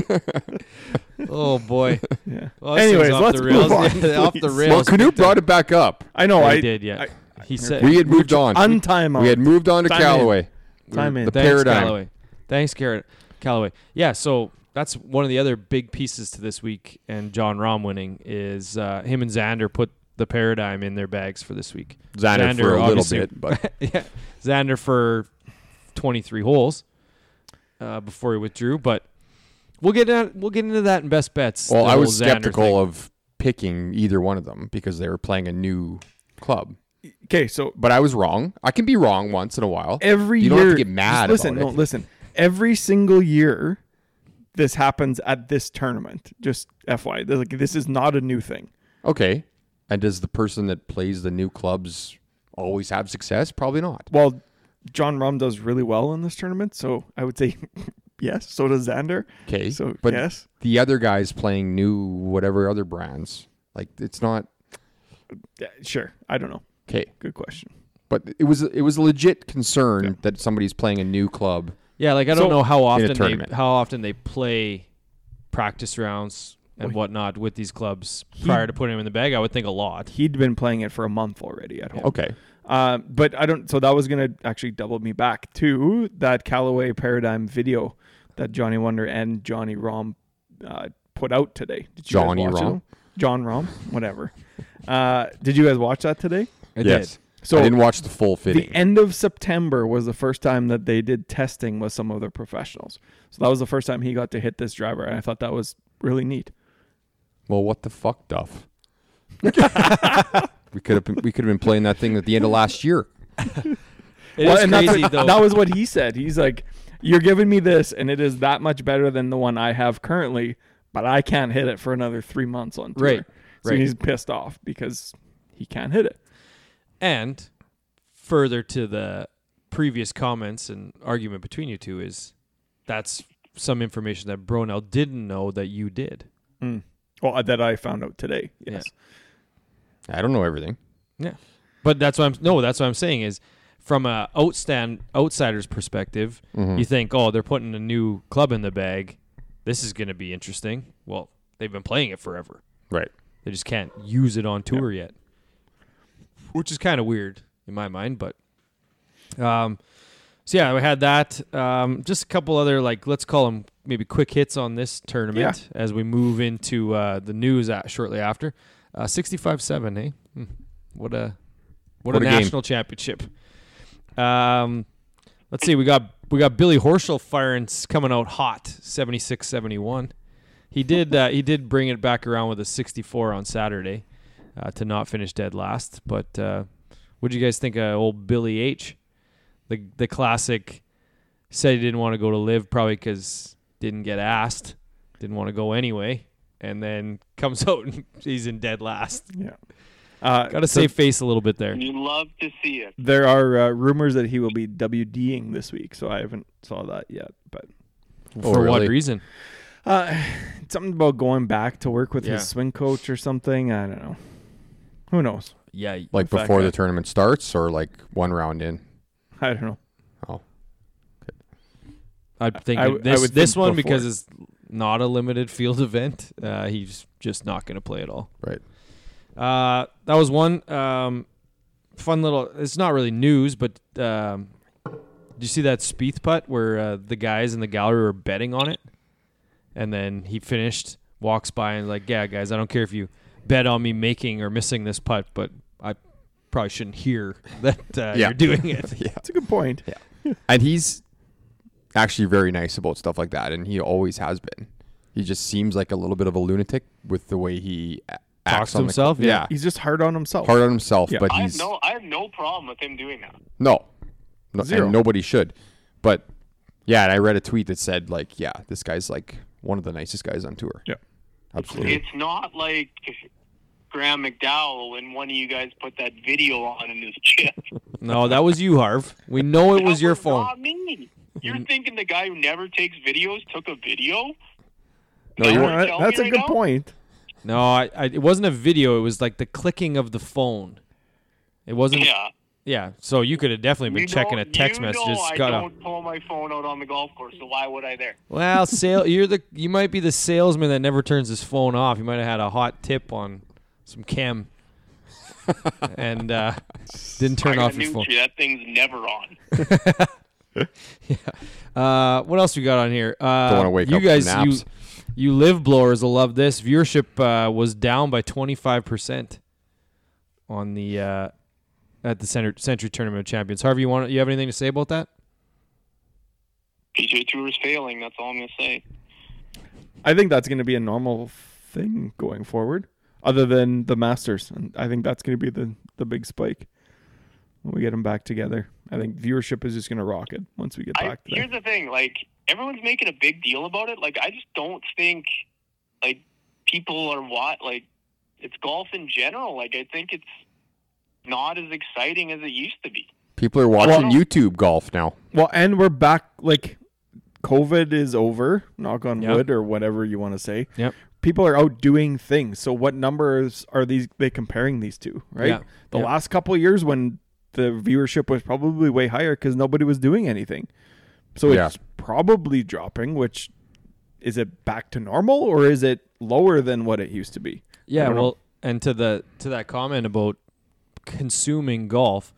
oh boy.
Yeah.
Well, this thing's
Anyways,
off
let's
the
move
rails.
on.
Yeah, off the
please.
rails.
well, Canute brought it back up.
I know.
Yeah,
I
he did, yeah.
I-
he said
We had moved on.
untime.
we had moved on to
Time in.
Callaway.
time in.
the-
Thanks,
paradigm.
Callaway. Thanks, Garrett Callaway. Yeah, so that's one of the other big pieces to this week, and John Rom winning is uh, him and Xander put the paradigm in their bags for this week.
Xander, for a little
obviously-
bit, but
yeah, Xander for 23 holes uh, before he withdrew, but we'll get that, we'll get into that in best bets.
well,
the
I
whole
was
Xander thing.
skeptical of picking either one of them because they were playing a new club.
Okay, so
But I was wrong. I can be wrong once in a while.
every
you don't
year.
have to get mad.
Just listen,
about
no,
it.
listen. Every single year, this happens at this tournament. Just FY, They're like this is not a new thing.
Okay. And does the person that plays the new clubs always have success? Probably not.
Well, John Rum does really well in this tournament, so I would say yes. So does Xander.
Okay.
So
but
yes,
the other guy's playing new whatever other brands. Like it's not
Yeah, sure. I don't know.
okay.
Good question.
But it was it was a legit concern that somebody's playing a new club.
Yeah, like I don't
So-
know how often
tournament.
they how often they play practice rounds and whatnot with these clubs prior to putting him in the bag. I would think a lot.
He'd been playing it for a month already at home.
Okay.
Uh, but I don't. So that was gonna actually double me back to that Callaway Paradigm video that Johnny Wonder and Johnny Rom uh, put out today. Did you guys
Johnny
watch it?
Rom?
John Rom, whatever. uh, did you guys watch that today?
I did.
So
So-
I didn't watch the full
The
fitting.
end of September was the first time that they did testing with some of their professionals. So that was the first time he got to hit this driver, and I thought that was really neat.
well, what the fuck, Duff? we could have been, we could have been playing that thing at the end of last year.
It is
Well, and that's
crazy
what-
though.
That was what he said. He's like, "You're giving me this, and it is that much better than the one I have currently, but I can't hit it for another three months on tour."
Right,
So
right.
he's pissed off because he can't hit it.
and further to the previous comments and argument between you two is that's some information that Bronell didn't know that you did.
Well, uh, that I found out today. Yes.
I don't know everything.
Yeah. But that's what I'm no, that's what I'm saying is from a outstand outsider's perspective,
Mm-hmm.
you think, "Oh, they're putting a new club in the bag. This is going to be interesting." Well, they've been playing it forever.
Right.
They just can't use it on tour yet, which is kind of weird in my mind. But, um, so yeah, we had that. Um, just a couple other like let's call them maybe quick hits on this tournament as we move into uh, the news at, shortly after. Uh, Sixty-five-seven, eh? Hmm. What a what,
What
a,
a game.
national championship. Um, let's see, we got we got Billy Horschel firing s- coming out hot, 76-71. He did. Uh, he did bring it back around with a 64 on Saturday uh, to not finish dead last. But uh, what do you guys think of old Billy H? The the classic said he didn't want to go to live probably because didn't get asked, didn't want to go anyway, and then comes out and he's in dead last.
Yeah. Uh,
Got to
so
save face a little bit there.
You love to see it.
there are uh, rumors that he will be WDing this week, so I haven't saw that yet, but
Oh,
For what
really?
reason?
uh, something about going back to work with
Yeah.
his swing coach or something. I don't know. Who knows?
Yeah,
Like
fact
before
that-
the tournament starts or like one round in?
I don't know.
Oh.
I think
I
it-
would- I
this
would
this
think
one
before.
because it's not a limited field event. Uh, he's just not going to play at all.
Right.
Uh, that was one um, fun little. It's not really news, but um, did you see that Spieth putt where uh, the guys in the gallery were betting on it, and then he finished, walks by and like, yeah, guys, I don't care if you bet on me making or missing this putt, but I probably shouldn't hear that uh,
Yeah.
you're doing it.
Yeah.
It's a good point. Yeah.
And he's actually very nice about stuff like that, and he always has been. He just seems like a little bit of a lunatic with the way he a-
Talks
acts
to
on the-
himself, yeah.
yeah.
He's just hard on himself.
hard on himself,
Yeah.
but
I have
he's
no I have no problem with him doing that.
no, no
Zero.
and nobody should. But yeah, and I read a tweet that said like, yeah, this guy's like one of the nicest guys on tour.
Yeah.
absolutely.
It's not like Graham McDowell when one of you guys put that video on in his chest.
No, that was you, Harv. We know it was your phone.
Not me. You're thinking the guy who never takes videos took a video?
No,
You
you
know
You're
weren't.
what?
telling me
That's a
right
good
now?
point.
No, I, I, it wasn't a video. It was like the clicking of the phone. It wasn't. Yeah.
Yeah.
so you could have definitely been
You
checking
know-
a text
you
message.
Know
It's
I
got a-
don't pull my phone out on the golf course, so why would I there?
well, sale. You're the. You might be the salesman that never turns his phone off. You might have had a hot tip on some chem, and uh, didn't turn
I got
off your
news
phone.
for you, That thing's never on.
Uh, what else we got on here? Uh,
wanna wake
you
up from
guys,
naps.
you you live blowers will love this. Viewership uh, was down by twenty five percent on the uh, at the Century, Century Tournament of Champions. Harvey, you want you have anything to say about that?
PJ Tour is failing. That's all I'm gonna say.
I think that's going to be a normal thing going forward, other than the Masters, and I think that's going to be the the big spike when we get them back together. I think viewership is just going to rocket once we get
I,
back to
here's
that.
the thing: like everyone's making a big deal about it. Like I just don't think like people are what like it's golf in general. Like I think it's not as exciting as it used to be.
People are watching
Well-
YouTube golf now.
Well, and we're back. Like COVID is over, knock on
Yeah.
wood or whatever you want to say.
Yep.
People are out doing things. So what numbers are these? They comparing these two, right?
Yeah.
The
Yeah.
last couple of years when the viewership was probably way higher because nobody was doing anything. So
Yeah.
it's probably dropping, which is it back to normal or is it lower than what it used to be?
Yeah,
don't know.
well, and to the to that comment about consuming golf,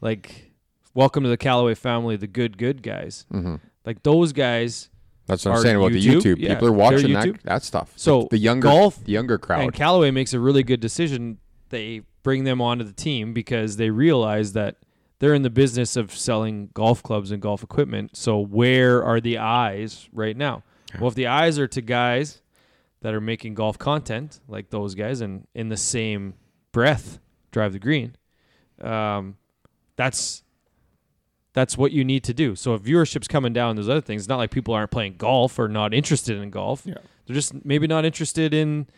like welcome to the Callaway family, the good good guys. Mm-hmm. Like those guys
That's what I'm
Or
saying about
YouTube,
the YouTube.
yeah,
People are
their
watching that,
YouTube.
that stuff.
So,
the younger
golf
the younger
And
crowd.
Callaway makes a really good decision. They bring them onto the team because they realize that they're in the business of selling golf clubs and golf equipment. So where are the eyes right now? Well, if the eyes are to guys that are making golf content like those guys, and in the same breath drive the green, um, that's that's what you need to do. So if viewership's coming down, there's other things. It's not like people aren't playing golf or not interested in golf.
Yeah.
They're just maybe not interested in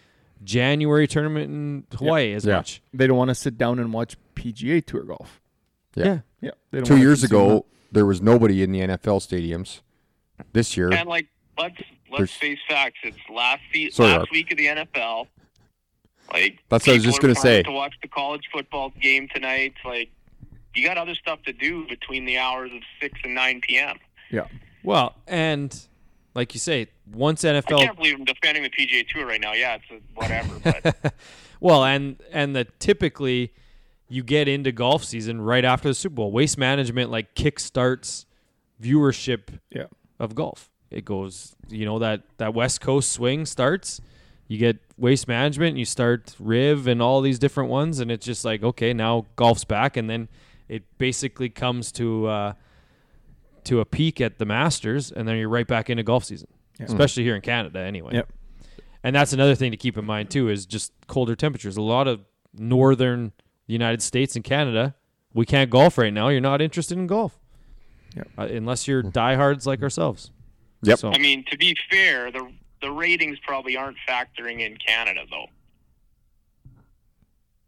January tournament in Hawaii as
Yeah.
much.
They don't want to sit down and watch PGA Tour golf.
Yeah.
Yeah. They don't
Two
wanna
years
consume
ago,
that.
there was nobody in the NFL stadiums. This year,
And like let's let's
There's-
face facts: it's last se-
Sorry,
last
Art.
week of the NFL. Like
That's what I
people
was just
are
gonna
pumped
say.
To watch the college football game tonight, like you got other stuff to do between the hours of six and nine p.m.
Yeah.
Well, and like you say, once
I can't
NFL,
believe I'm defending the PGA Tour right now. Yeah, it's a whatever, but
well, and and the typically you get into golf season right after the Super Bowl. Waste management like kickstarts viewership
Yeah.
of golf. It goes, you know, that that West Coast swing starts. You get waste management, you start Riv and all these different ones, and it's just like, okay, now golf's back, and then it basically comes to uh, to a peak at the Masters, and then you're right back into golf season, especially here in Canada, anyway.
Yep.
And that's another thing to keep in mind too is just colder temperatures. A lot of northern United States and Canada, we can't golf right now. You're not interested in golf,
Yep.
uh, unless you're diehards like ourselves.
Yep.
So,
I mean, to be fair, the the ratings probably aren't factoring in Canada though.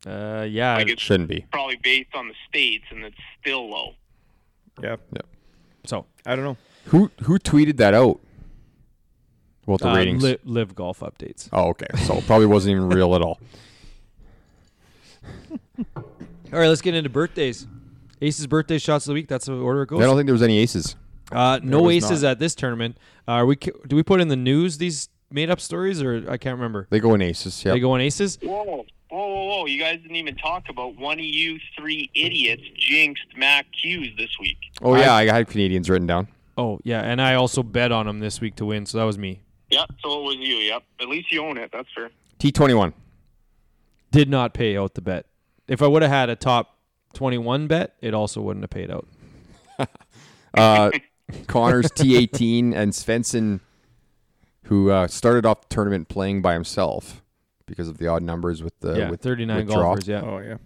uh, yeah,
Like it's
shouldn't be.
probably based on the states, and it's still low.
Yeah.
so
I don't know.
Who who tweeted that out? Well, the
uh,
ratings.
li- live golf updates.
oh, okay. So it probably wasn't even real at all.
All right, let's get into birthdays. Ace's birthday shots of the week. That's the order it
I don't
goes.
think there was any aces.
Uh, no
was
aces
not.
at this tournament. Uh, are we ca- do we put in the news these made up stories or I can't remember.
They go in aces. Yeah.
They go on aces.
Whoa, whoa, whoa, whoa! You guys didn't even talk about one of you three idiots jinxed Mac Hughes this week.
oh yeah, I, had Canadians written down.
Oh yeah, and I also bet on them this week to win, so that was me.
Yep, so it was you. Yep, at least you own it. That's fair.
T twenty one.
Did not pay out the bet. If I would have had a top twenty-one bet, it also wouldn't have paid out.
Uh, Connors T eighteen and Svensson, who uh, started off the tournament playing by himself, because of the odd numbers with the
yeah,
with
39
with
golfers.
draw.
Yeah.
Oh yeah.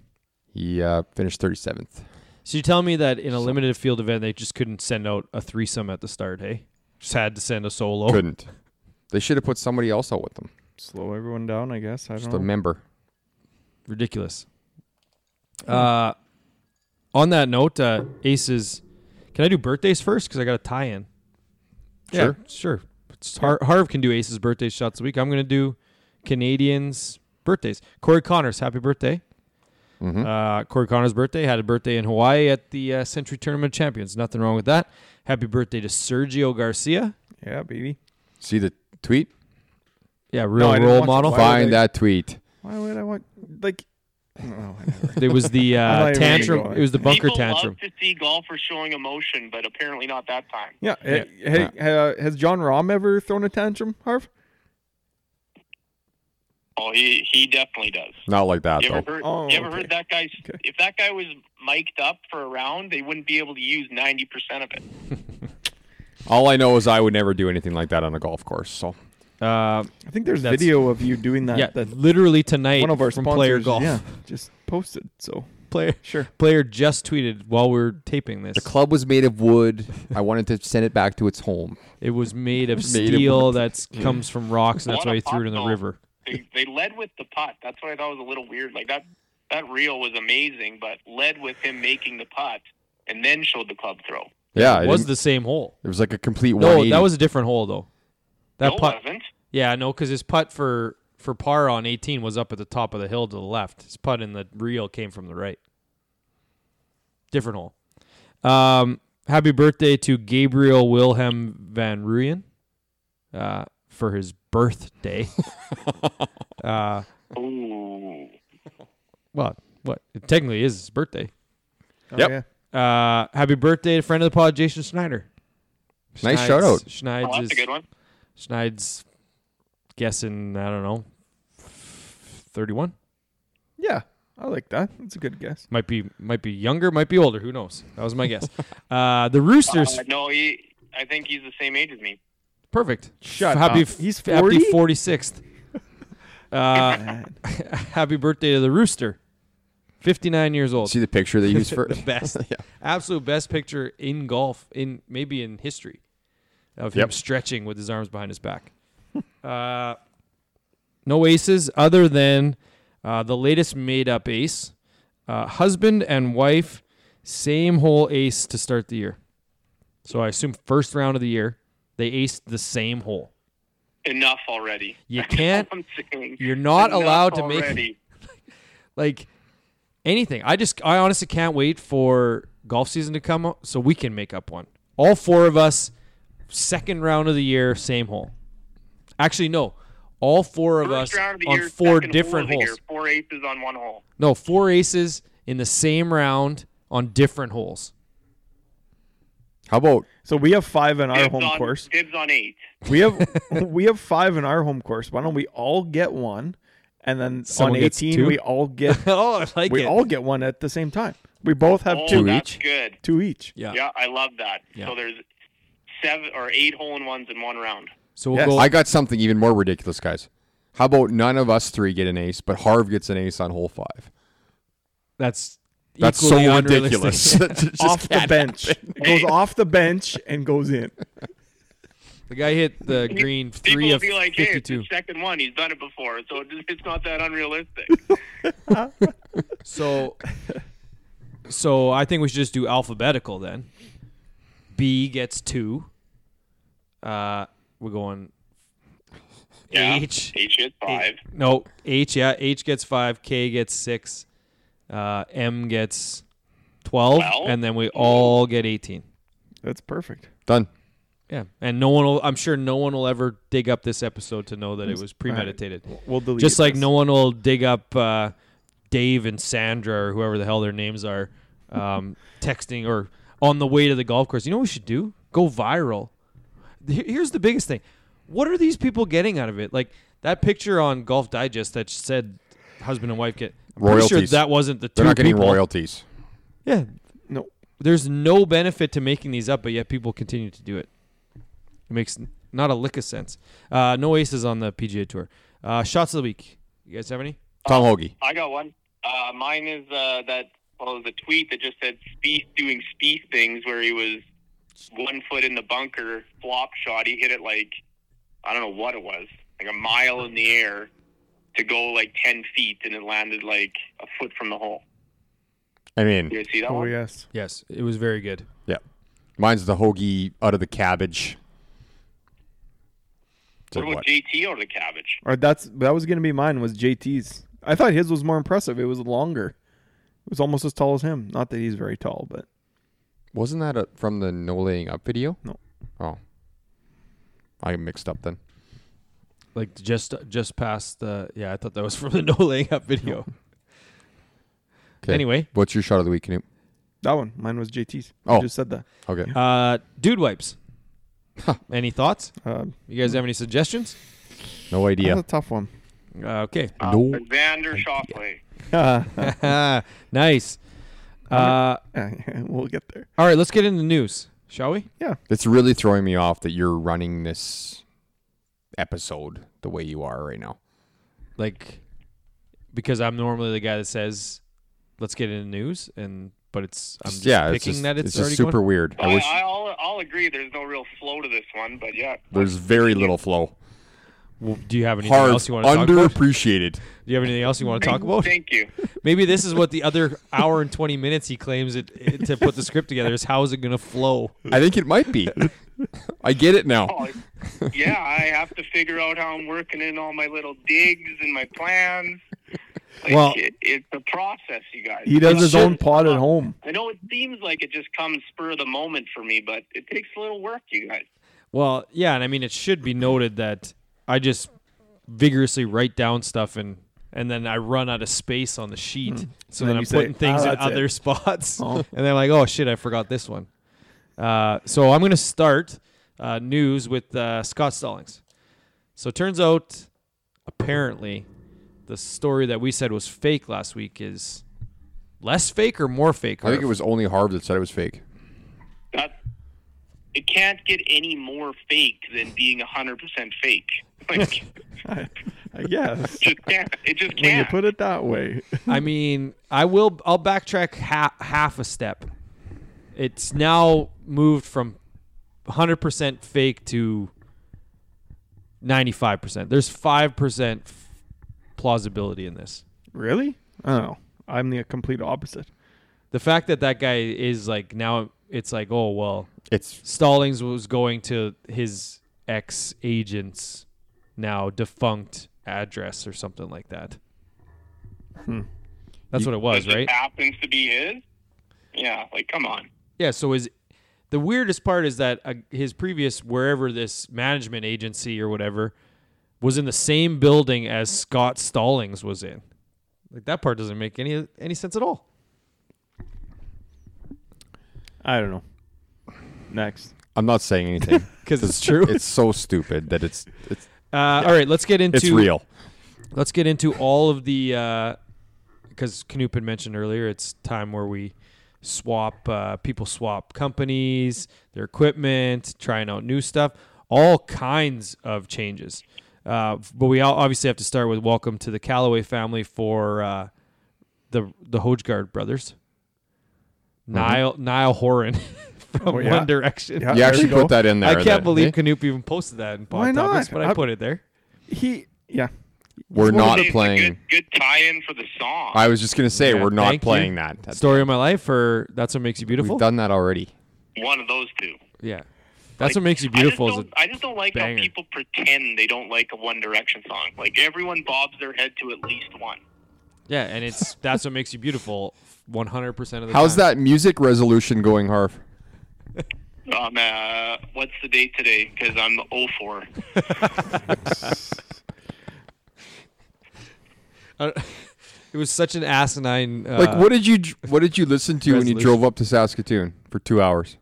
He uh, finished 37th.
So you tell me that in a limited field event, they just couldn't send out a threesome at the start, hey? Just had to send a solo.
Couldn't. They should have put somebody else out with them.
Slow everyone down, I guess. I
Just
don't know.
a member.
Ridiculous. Uh, on that note, uh, Aces, can I do birthdays first? Because I got a tie in.
Sure.
Yeah, sure. It's Har- Harv can do Aces birthday shots a week. I'm going to do Canadians birthdays. Corey Connors, happy birthday.
Mhm.
Uh, Corey Connors' birthday had a birthday in Hawaii at the uh, Century Tournament of Champions. Nothing wrong with that. Happy birthday to Sergio Garcia.
Yeah, baby.
See the tweet?
Yeah, real
I didn't
role
watch it.
model.
Why would
Find
they-
that tweet.
Why would I want like? No, whatever.
It was the
I'm
uh,
not even gonna go
tantrum.
on.
It was the bunker
People
tantrum.
love to see golfers showing emotion, but apparently not that time.
yeah. eh, Hey, ha- has John Rahm ever thrown a tantrum, Harv?
Oh, he he definitely does.
Not like that,
You ever
though.
heard?
Oh,
you ever
okay.
heard that guy?
Okay.
If that guy was mic'd up for a round, they wouldn't be able to use ninety percent of it.
All I know is I would never do anything like that on a golf course. So
Uh,
I think there's
That's-
video of you doing that.
yeah,
that
literally tonight.
Uh, one of our
from
sponsors,
player golf.
yeah, just posted. So
Player
sure.
player just tweeted while we are taping this.
the club was made of wood. I wanted to send it back to its home.
It was made of
Made of
steel
wood.
that comes from rocks, and that's
What
why
a
he threw it in the
puzzle.
river.
They, they led with the putt. That's what I thought was a little weird. Like that that reel was amazing, but led with him making the putt and then showed the club throw.
Yeah, I
It was
didn't-
the same hole.
It was like a complete
No,
180.
that was a different hole though. That
no, it
putt.
wasn't.
Yeah, no, because his putt for for par on 18 was up at the top of the hill to the left. His putt in the reel came from the right. Different hole. Um, happy birthday to Gabriel Wilhelm Van Ruyen uh, for his birthday. uh,
Ooh. Oh,
well, what? It technically is his birthday.
Oh,
Yep.
yeah.
Uh, happy birthday to friend of the pod, Jason Schneider.
Nice
Schneid's-
shout out.
Schneid's,
Oh, that's a
is-
good one.
Schneid's guessing, I don't know, 31?
Yeah, I like that. That's a good guess.
Might be might be younger, might be older. Who knows? That was my guess. Uh, the Roosters,
Uh, no, he. I think he's the same age as me.
perfect.
Shut
happy,
up. He's
f- happy
40?
46th. Uh, happy birthday to the Rooster. 59 years old.
See the picture they used for
the best,
yeah.
absolute best picture in golf, in maybe in history, of him
Yep.
stretching with his arms behind his back. uh, no aces other than uh, the latest made-up ace, uh, husband and wife, same hole ace to start the year. So I assume first round of the year they aced the same hole.
Enough already.
You
That's all
can't-
I'm saying.
you're not
Enough
allowed to make-
already.
Like anything, I just I honestly can't wait for golf season to come up so we can make up one. All four of us, second round of the year, same hole. Actually, no, all four of
First
us
round of the
on
year,
four
second hole
different
of the year,
holes.
four aces on one hole.
No, four aces in the same round on different holes.
How about
So we have five in our
Dibs
home
on,
course.
Dibs on eight.
We have we have five in our home course. Why don't we all get one, and then
Someone
on
gets
eighteen
two?
we all get
oh, I like
we
it.
all get one at the same time. We both have
Oh,
two,
that's
each?
good.
two each.
yeah.
Yeah, I love that.
Yeah.
So there's seven or eight hole in ones in one round.
So we'll
Yes.
go.
I got something even more ridiculous, guys. How about none of us three get an ace, but Harv gets an ace on hole five?
that's
That's
equally
so
unrealistic.
ridiculous. Just
off the bench, it goes off the bench and goes in.
the guy hit the green
People
three
will
of
be like, "Hey, it's
fifty-two.
the second one. He's done it before, so it- it's not that unrealistic."
So, so I think we should just do alphabetical then. B gets two. Uh, we're going
Yeah.
H.
H hit five.
No, H. Yeah, H gets five. K gets six. Uh, M gets 12,
Well.
and then we all get eighteen.
That's perfect.
Done.
Yeah, and no one will. I'm sure no one will ever dig up this episode to know that it was premeditated.
We'll delete
Just like
this.
no one will dig up uh, Dave and Sandra or whoever the hell their names are, um, texting or on the way to the golf course. You know what we should do? Go viral. Here- Here's the biggest thing. What are these people getting out of it? Like that picture on Golf Digest that said husband and wife get. I'm pretty sure
Royalties.
that wasn't the two
They're not getting
people.
royalties.
Yeah,
no.
there's no benefit to making these up, but yet people continue to do it. It makes n- not a lick of sense. Uh, no aces on the PGA Tour. Uh, shots of the week. You guys have any?
Tom Hoagie.
I got one. Uh, mine is uh, that well, it was a tweet that just said Spieth doing Spieth things, where he was one foot in the bunker, flop shot. He hit it like I don't know what it was, like a mile in the air to go like ten feet, and it landed like a foot from the hole.
I mean,
You guys see that
Oh
one?
yes.
Yes, it was very good.
yeah. Mine's the Hoagie out of the cabbage. It's
What
like
about
what?
JT or the cabbage?
Or that's that was gonna be mine was JT's. I thought his was more impressive. It was longer. It was almost as tall as him. Not that he's very tall, but
Wasn't that a, from the no laying up video?
No.
Oh. I mixed up then.
Like just just past the yeah, I thought that was from the no laying up video.
'Kay.
Anyway.
What's your shot of the week, Canute?
that one. Mine was JT's.
Oh.
I just said that.
Okay.
Uh, dude wipes. Any thoughts?
Um,
You guys have any suggestions?
No idea.
That's a tough one.
Uh, okay.
No.
Xander Schauffele.
nice. Uh,
we'll get there.
all right, let's get into news, shall we?
It's really throwing me off that you're running this episode the way you are right now.
Like, because I'm normally the guy that says, "Let's get into news," and but it's I'm just
yeah,
picking
it's just,
that it's,
just
already
super
going.
weird. I
I,
wish
I, will I'll agree. There's no real flow to this one, but yeah.
there's very little flow.
Well, do you have anything
Hard,
else you want to talk about? Do
underappreciated.
you have anything else you want to talk about?
Thank you.
Maybe this is what the other hour and twenty minutes he claims it, it to put the script together is. How is it going to flow?
I think it might be. I get it now.
Oh, yeah, I have to figure out how I'm working in all my little digs and my plans. Like,
Well-
it, it's a process, you guys.
He does his
should-
own pod at home.
I know it seems like it just comes spur of the moment for me, but it takes a little work, you guys.
Well, yeah, and I mean it should be noted that I just vigorously write down stuff and and then I run out of space on the sheet. So
Hmm. And
then,
then
I'm
you say,
putting things
"Ah,
in
that's it."
other spots. And they're like, "Oh shit, I forgot this one." Uh, so I'm going to start uh, news with uh, Scott Stallings. So it turns out apparently the story that we said was fake last week is less fake or more fake?
I think it was only Harv that said it was fake.
That it can't get any more fake than being hundred percent fake. Like,
I guess.
just can't. It just
when you
can't.
put it that way.
I mean, I will. I'll backtrack ha- half a step. It's now moved from 100% fake to 95%. There's 5% f- plausibility in this.
really? Oh, I'm the complete opposite.
The fact that that guy is like now, it's like, oh well,
It's
Stallings was going to his ex agent's now defunct address or something like that. That's what it was,
It
right?
happens to be his. Yeah, like come on.
Yeah. So is the weirdest part is that uh, his previous wherever this management agency or whatever was in the same building as Scott Stallings was in. Like that part doesn't make any any sense at all.
I don't know. Next.
I'm not saying anything.
'Cause it's true.
It's so stupid that it's it's
Uh, All right, let's get into
it's real.
Let's get into all of the because Knoop had mentioned earlier. It's time where we swap uh, people swap companies, their equipment, trying out new stuff, all kinds of changes. Uh, but we all obviously have to start with welcome to the Callaway family for uh, the the Hojgaard brothers,
Mm-hmm.
Niall Niall Horan from
Oh, yeah.
One Direction.
Yeah.
You
there
actually
you go.
put that in there.
I
that-
can't believe
eh?
Knoop even posted that in Pod
Why not?
Topics, but I
I-
put it there.
He yeah.
we're not
It's a
playing.
Good, good tie-in for the song.
I was just gonna say
Yeah,
we're not
thank you.
playing that. That's-
Story of my life, or that's what makes you beautiful.
We've done that already.
One of those two.
Yeah. That's
Like,
what makes you
I
beautiful.
just
Is
don't, I just don't like
banger.
how people pretend they don't like a One Direction song. Like everyone bobs their head to at least one.
yeah, and it's that's what makes you beautiful 100% of the
How's
time.
that music resolution going, Harv?
Um, uh, what's the date today? Because I'm 04.
that? it was such an asinine. Uh,
Like, what did you dr- what did you listen to when you
resolution.
drove up to Saskatoon for two hours?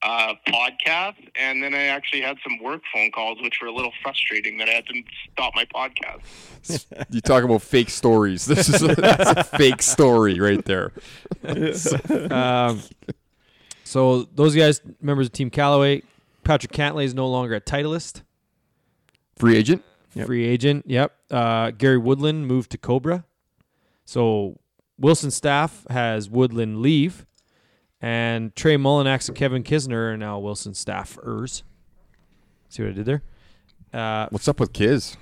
Uh, podcast, and then I actually had some work phone calls, which were a little frustrating that I had to stop my podcast.
You talk about fake stories. This is a, that's a fake story right there.
Um, so those guys, members of Team Callaway, Patrick Cantlay is no longer a titleist.
Free agent.
Yep.
free agent. Yep. Uh, Gary Woodland moved to Cobra. So Wilson staff has Woodland leave, and Trey Mullinax and Kevin Kisner are now Wilson staffers. See what I did there? Uh,
What's up with Kiz?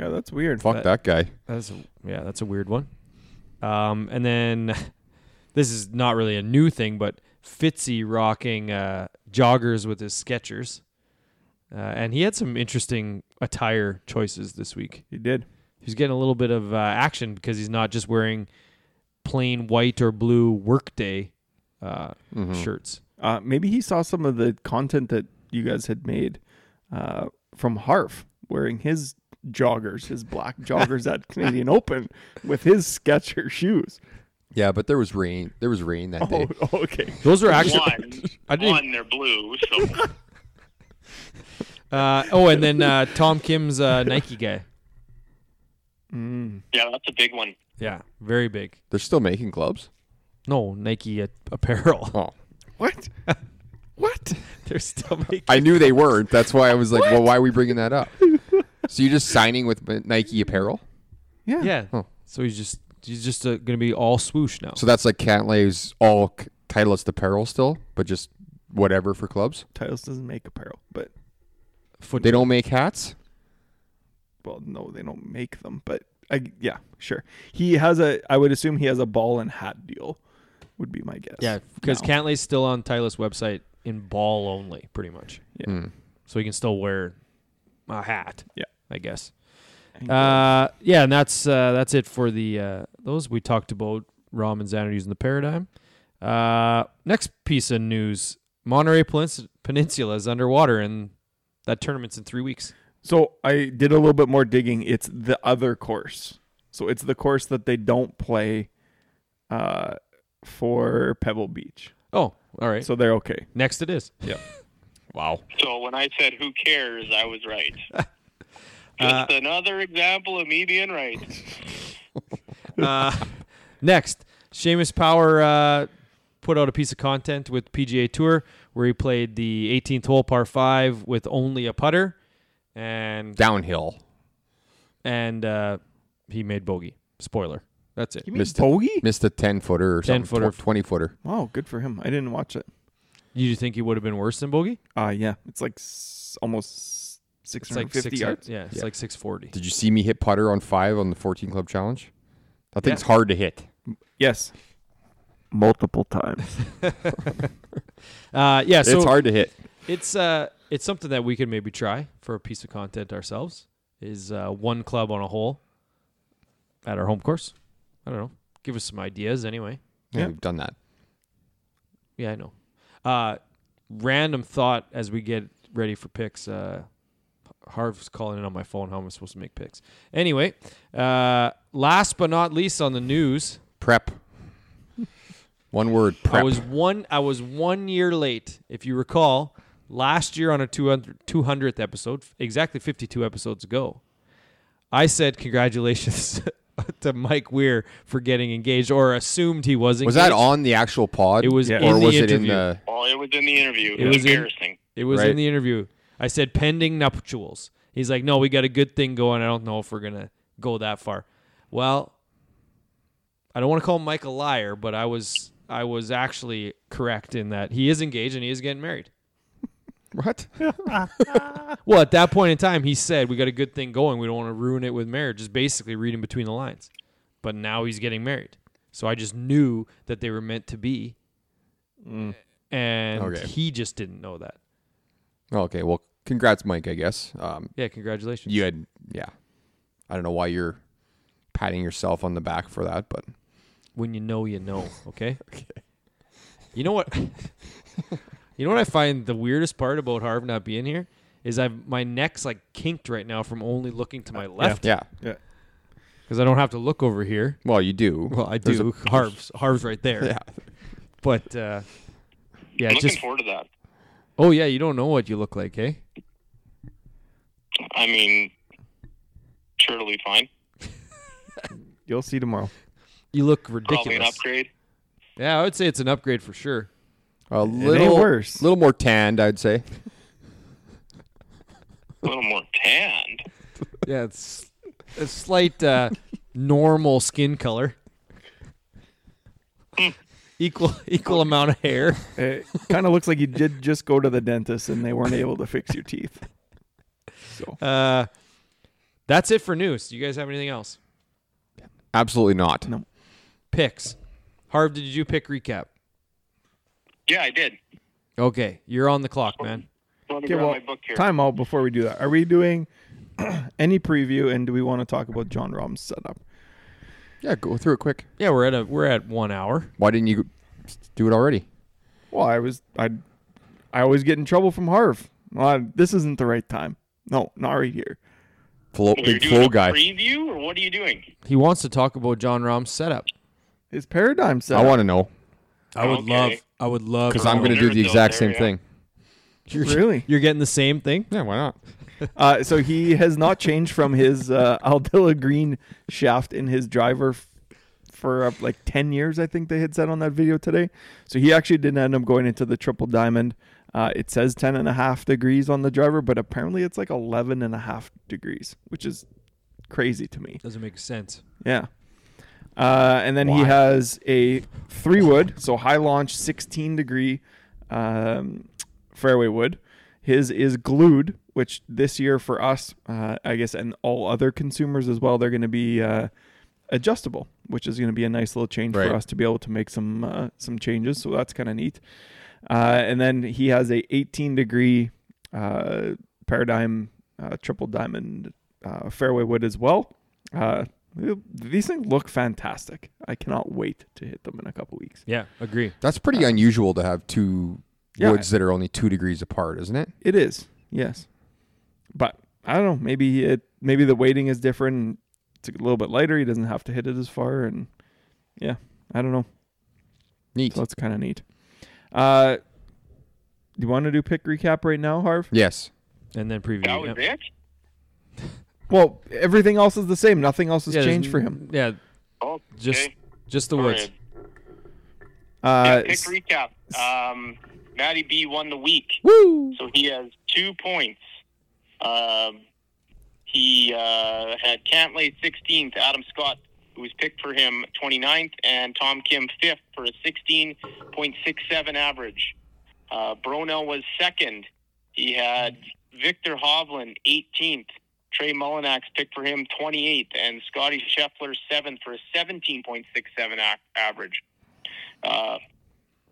Yeah, that's weird.
Fuck that guy.
that's a, yeah, that's a weird one. Um, and then this is not really a new thing, but Fitzy rocking uh, joggers with his Skechers, uh, and he had some interesting attire choices this week.
He did.
He's getting a little bit of uh, action because he's not just wearing plain white or blue workday uh, shirts.
Uh, maybe he saw some of the content that you guys had made uh, from Harf wearing his joggers, his black joggers at Canadian Open with his Sketcher shoes.
Yeah, but there was rain. There was rain that
Oh,
day.
okay.
Those are actually
one,
I didn't-
one, they're blue. So
Uh, oh, and then uh, Tom Kim's uh, Nike guy.
yeah, that's a big one.
Yeah, very big.
They're still making clubs.
No Nike a- apparel.
Oh,
What? what?
They're still making.
I knew they weren't. That's why I was like, well, why are we bringing that up? So you're just signing with Nike apparel.
Yeah.
Yeah.
Oh.
So he's just he's just uh, gonna be all swoosh now.
So that's like Cantlay's all c- Titleist apparel still, but just whatever for clubs.
Titleist doesn't make apparel, but
Foot-
They don't make hats.
well, no, they don't make them. But I, yeah, sure. He has a. I would assume he has a ball and hat deal. Would be my guess.
yeah, because
No.
Cantley's still on Tyler's website in ball only, pretty much.
Yeah.
So he can still wear a hat.
Yeah.
I guess.
Thank
Uh, yeah, and that's uh, that's it for the uh, those we talked about Rom and Xanadu using the paradigm. Uh, next piece of news: Monterey Pelins- Peninsula is underwater, and that tournament's in three weeks.
So I did a little bit more digging. It's the other course. So it's the course that they don't play uh, for Pebble Beach.
Oh, all right. So
So they're okay.
next it is.
Wow.
So when I said who cares, I was right.
Uh,
Just another example of me being right.
Uh, Next, Seamus Power uh, put out a piece of content with PGA Tour where he played the 18th hole par five with only a putter, and
Downhill.
and uh, he made bogey. Spoiler. That's it.
mean
Missed it.
bogey?
Missed a 10 footer or
10
something.
footer.
20 footer.
Wow, Oh, good for him. I didn't watch it.
You think he would have been worse than bogey?
Uh yeah, it's like s- almost
It's like
650
six.
yards.
Yeah, it's
Yeah.
like 640.
Did you see me hit putter on five on the 14 club challenge? That
Yeah.
thing's hard to hit.
Yes. Multiple times.
Uh, yeah, so
it's hard to hit.
It's uh, it's something that we could maybe try for a piece of content ourselves. Is uh, one club on a hole at our home course? I don't know. Give us some ideas anyway.
Yeah,
Yeah.
we've done that.
Yeah, I know. Uh, random thought as we get ready for picks. Uh, Harv's calling in on my phone. How am I supposed to make picks? Anyway, uh, last but not least on the news,
Prep. One word, prep.
I was one. I was one year late. If you recall, last year on a 200, 200th episode, exactly fifty-two episodes ago, I said congratulations to Mike Weir for getting engaged, or assumed he was. Engaged.
was that on the actual pod?
It was
Yeah.
in
Or
the
was it in
interview.
the.
Well, it was in the interview. It,
It
was,
was in-
embarrassing.
It was
Right.
in the interview. I said pending nuptials. He's like, no, we got a good thing going. I don't know if we're gonna go that far. Well, I don't want to call Mike a liar, but I was I was actually correct in that he is engaged and he is getting married.
What?
Well, at that point in time, he said we got a good thing going. We don't want to ruin it with marriage. Just basically reading between the lines. But now he's getting married, so I just knew that they were meant to be, and
Mm. Okay.
he just didn't know that.
Oh, Okay, well, congrats, Mike, I guess. Um,
Yeah, congratulations.
you had, yeah. I don't know why you're patting yourself on the back for that, but
when you know you know okay okay you know what you know what i find the weirdest part about harv not being here is i've my neck's like kinked right now from only looking to my left
yeah.
yeah.
because i don't have to look over here
Well, you do.
well i
There's
do
a-
harv's harv's right there
yeah.
but uh yeah
I'm looking
just
forward to that.
oh yeah you don't know what you look like hey
I mean, sure it'll be fine.
You'll see tomorrow.
you look
Probably an
ridiculous
upgrade.
yeah i would say it's an upgrade for sure
A little
worse.
little more tanned, I'd say.
A little more tanned.
Yeah, it's a slight uh, normal skin color. equal equal amount of hair.
It kind of looks like you did just go to the dentist and they weren't able to fix your teeth.
Uh, that's it for news. Do you guys have anything else?
Absolutely not.
No.
Picks. Harv, did you do pick recap?
Yeah, I did.
Okay, you're on the clock, man.
Let me
Okay,
grab
well,
my book here.
time out before we do that. Are we doing any preview and do we want to talk about John Rahm's setup?
Yeah, go through it quick.
Yeah, we're at a we're at one hour.
Why didn't you do it already?
Well, I was I I always get in trouble from Harv. Well, I- this isn't the right time. No, not right here.
Flo,
You're
big
doing
flow
a
guy.
Preview or what are you doing?
He wants to talk about John Rahm's setup.
His paradigm set.
I want to know
I would
Okay.
love. I would love.
because I'm
Oh,
going to do
there's
the
those
exact
there,
same
yeah.
thing.
You're,
Really?
You're getting the same thing.
Yeah, why not?
Uh, so he has not changed from his uh, Aldilla Green shaft in his driver f- for uh, like 10 years, I think they had said on that video today. So he actually didn't end up going into the triple diamond. Uh, it says 10 and a half degrees on the driver, but apparently it's like 11 and a half degrees, which is crazy to me.
Doesn't make sense.
Yeah. Uh, and then he has a three wood, so high launch, 16 degree um, fairway wood. His is glued, which this year for us, uh, I guess, and all other consumers as well, they're going to be uh, adjustable, which is going to be a nice little change
Right.
for us to be able to make some uh, some changes. So that's kind of neat. Uh, and then he has a 18 degree uh, paradigm uh, triple diamond uh, fairway wood as well. Uh, these things look fantastic. I cannot wait to hit them in a couple weeks.
Yeah, agree.
That's pretty unusual to have two
Yeah.
woods that are only two degrees apart, isn't it?
It is, yes, but I don't know. Maybe it. Maybe the weighting is different. And it's a little bit lighter. He doesn't have to hit it as far, and yeah, I don't know.
Neat.
So that's kind of neat. Uh, do you want to do pick recap right now, Harv?
Yes.
And then preview.
That was
yeah.
it?
Well, everything else is the same. Nothing else has
Yeah, there's
changed for
n-
him.
Yeah,
Oh,
just
okay.
just the
All
woods.
right.
Uh,
pick recap. Um, Matty B won the week,
woo!
so he has two points. Um, he uh, had Cantley 16th, Adam Scott, who was picked for him 29th, and Tom Kim 5th for a 16.67 average. Uh, Bronell was second. He had Victor Hovland 18th. Trey Mullinax picked for him 28th, and Scotty Scheffler 7th for a 17.67 ac- average. Uh,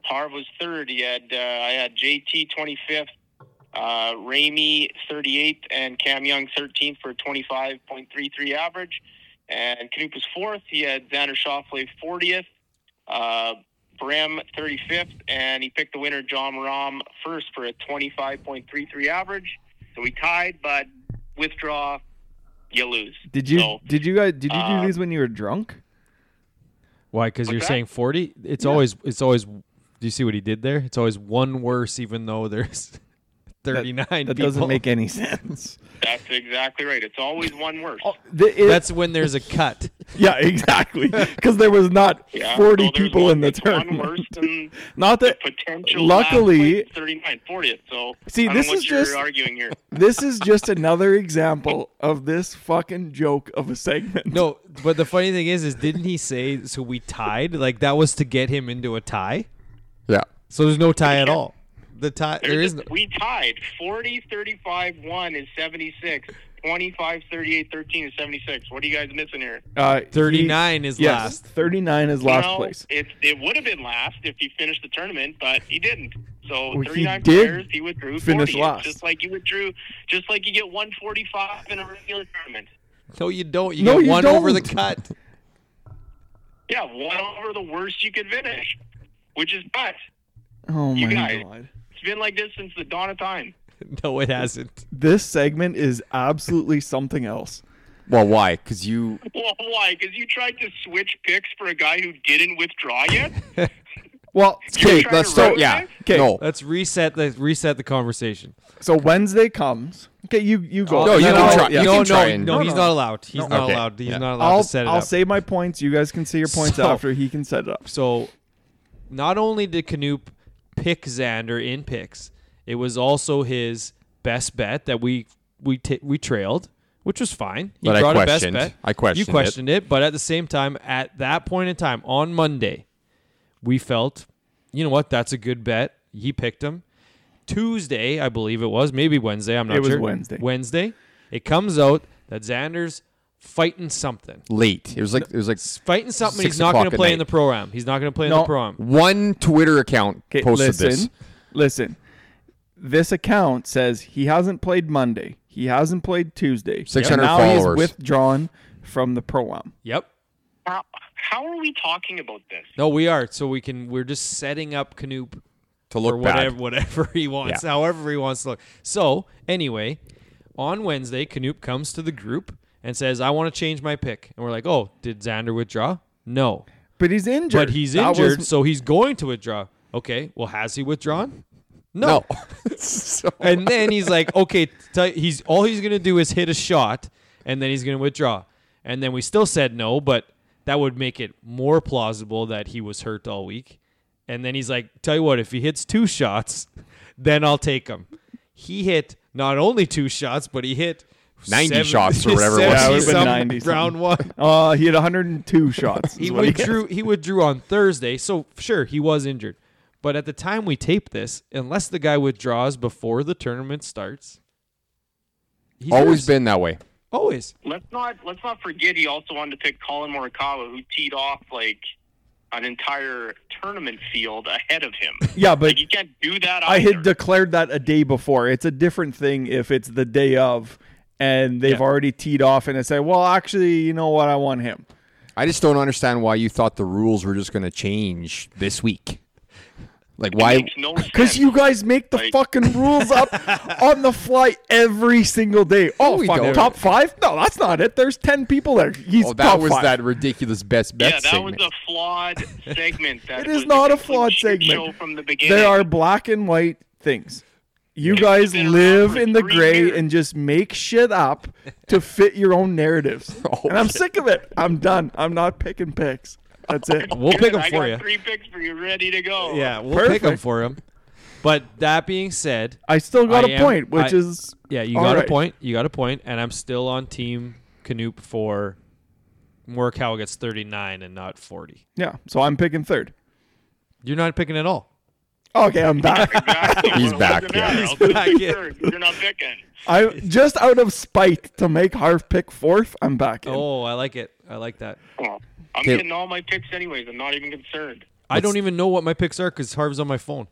Harv was third. He had uh, I had JT 25th, uh, Ramey 38th, and Cam Young 13th for a 25.33 average. And Canoop was fourth. He had Xander Schauffele 40th, uh, Brem 35th, and he picked the winner John Rahm first for a 25.33 average. So we tied, but withdraw, you lose.
Did you
So,
did you guys did you
uh,
do these when you were drunk?
Why? Because
What's
you're
that?
saying forty. It's always it's always. Do you see what he did there? It's always one worse, even though there's thirty nine.
That doesn't make any sense.
that's exactly right. It's always one worse.
The- it-
That's when there's a cut.
yeah, exactly. Because there was not
Yeah,
forty
so there's
people
one,
in the
that's One
tournament.
worse than
Not that
potential.
Luckily-
last place, 39, 40th. So
See,
I don't
this
know what
is
you're
just-
arguing here.
this is just another example of this fucking joke of a segment.
No, but the funny thing is, is didn't he say so we tied? Like that was to get him into a tie.
Yeah.
So there's no tie at all. The tie there is.
There's
No,
a- we tied 40, 35, 1 is 76. 25, 38, 13 is 76. What are you guys missing here?
Uh, he-
39 is
yes,
last.
Thirty-nine is last
No,
place.
It, it would have been last if he finished the tournament, but he didn't. So
Well, he
39
did
players, he withdrew 40.
finish
It's
last.
Just like you withdrew, just like you get 145 in a regular tournament.
No, you don't. You
No,
get
you
one over the
don't.
cut.
Yeah, one over the worst you could finish, which is nuts.
Oh
You
my
guys.
god!
It's been like this since the dawn of time.
No, it hasn't.
This segment is absolutely something else.
Well, why? Because you.
Well, why? Because you tried to switch picks for a guy who didn't withdraw yet.
Well,
You're
Okay,
trying
let's
to
start.
roast
Yeah.
us?
Okay.
No.
Let's reset the reset the conversation.
so Wednesday comes. Okay, you you go.
No, you
Then
can
I'll-
try-
yeah.
you
no,
can
no,
try and-
no,
No,
he's
no.
not allowed. He's not
Okay,
allowed. He's
yeah.
not allowed
I'll,
to set it
I'll
up.
save my points. You guys can see your points
So-
after he can set it up.
so, not only did Canoop pick Xander in picks, it was also his best bet that we we t- we trailed. which was fine. He
But I
brought a best
questioned-
bet.
I questioned
You questioned it. but at the same time, at that point in time on Monday, we felt, you know what, that's a good bet. He picked him. Tuesday, I believe it was, maybe Wednesday. I'm not
It was
sure.
Wednesday.
Wednesday, it comes out that Xander's fighting something.
Late. It was like it was like
Fighting something.
Six
he's not going
o'clock
to
at
play in
night.
the program. He's not going to play in
No.
the program.
one Twitter account
Okay,
posted
listen,
this.
listen. This account says he hasn't played Monday. He hasn't played Tuesday.
600
now
followers.
he's withdrawn from the pro am.
Yep.
How, how are we talking about this?
No, we are. So we can. We're just setting up Canoop
To
or
look
whatever,
bad.
whatever he wants,
Yeah.
however he wants to look. So anyway, on Wednesday, Canoop comes to the group and says, "I want to change my pick." And we're like, "Oh, did Xander withdraw? No,
But he's injured.
but he's
That was-
injured, so he's going to withdraw." Okay, well, has he withdrawn? No.
So-
and then he's like, "Okay, t- he's all he's gonna do is hit a shot, and then he's gonna withdraw." And then we still said no, but that would make it more plausible that he was hurt all week. And then he's like, "Tell you what, if he hits two shots, then I'll take him." He hit not only two shots, but he hit
90 shots or whatever it was.
Yeah, it would've been
90
90
some round one.
Uh, he had 102 shots. is
He
what
withdrew. He withdrew on Thursday, so sure he was injured. But at the time we tape this, unless the guy withdraws before the tournament starts, he's
Always
yours.
been that way.
always.
Let's not let's not forget he also wanted to pick Colin Morikawa, who teed off like an entire tournament field ahead of him.
Yeah, but
like, you can't do that. Either.
I had declared that a day before. It's a different thing if it's the day of and they've
Yeah.
already teed off and they say, well, actually, you know what? I want him.
I just don't understand why you thought the rules were just going to change this week. Like why?
Makes no
Because
sense.
you guys make the
Like-
fucking rules up on the fly every single day. Oh,
we
fuck,
don't.
top five? No, that's not it. There's 10 people there. He's
Oh,
top
that was
five.
that ridiculous best bet
yeah, that
segment.
was a flawed segment. That
It is
was
not a
complete
flawed
shit
segment.
Show from the beginning.
There are black and white things. You
It's
guys
been around
live
for
in the
three
gray
years.
and just make shit up to fit your own narratives.
Oh,
and I'm
shit.
sick of it. I'm done. I'm not picking picks. That's it.
We'll pick him
I
for
got
you.
Three picks for you, ready to go.
Yeah, we'll pick
Perfect.
him for him. But that being said,
I still got
I
a
am-
point, which
I-
is
yeah, you
all
got a
right.
point. You got a point, and I'm still on team Canoop for Morikawa gets 39 and not 40.
Yeah, so I'm picking third.
You're not picking at all.
Okay, I'm back.
Exactly.
He's
Well, it
back,
doesn't
yeah.
matter.
He's
I'll put
back,
you
yeah.
third. You're not picking.
I just out of spite to make Harv pick fourth. I'm back in.
Oh, I like it. I like that.
Well, I'm
Okay.
getting all my picks anyways. I'm not even concerned.
I don't even know what my picks are because Harv's on my phone.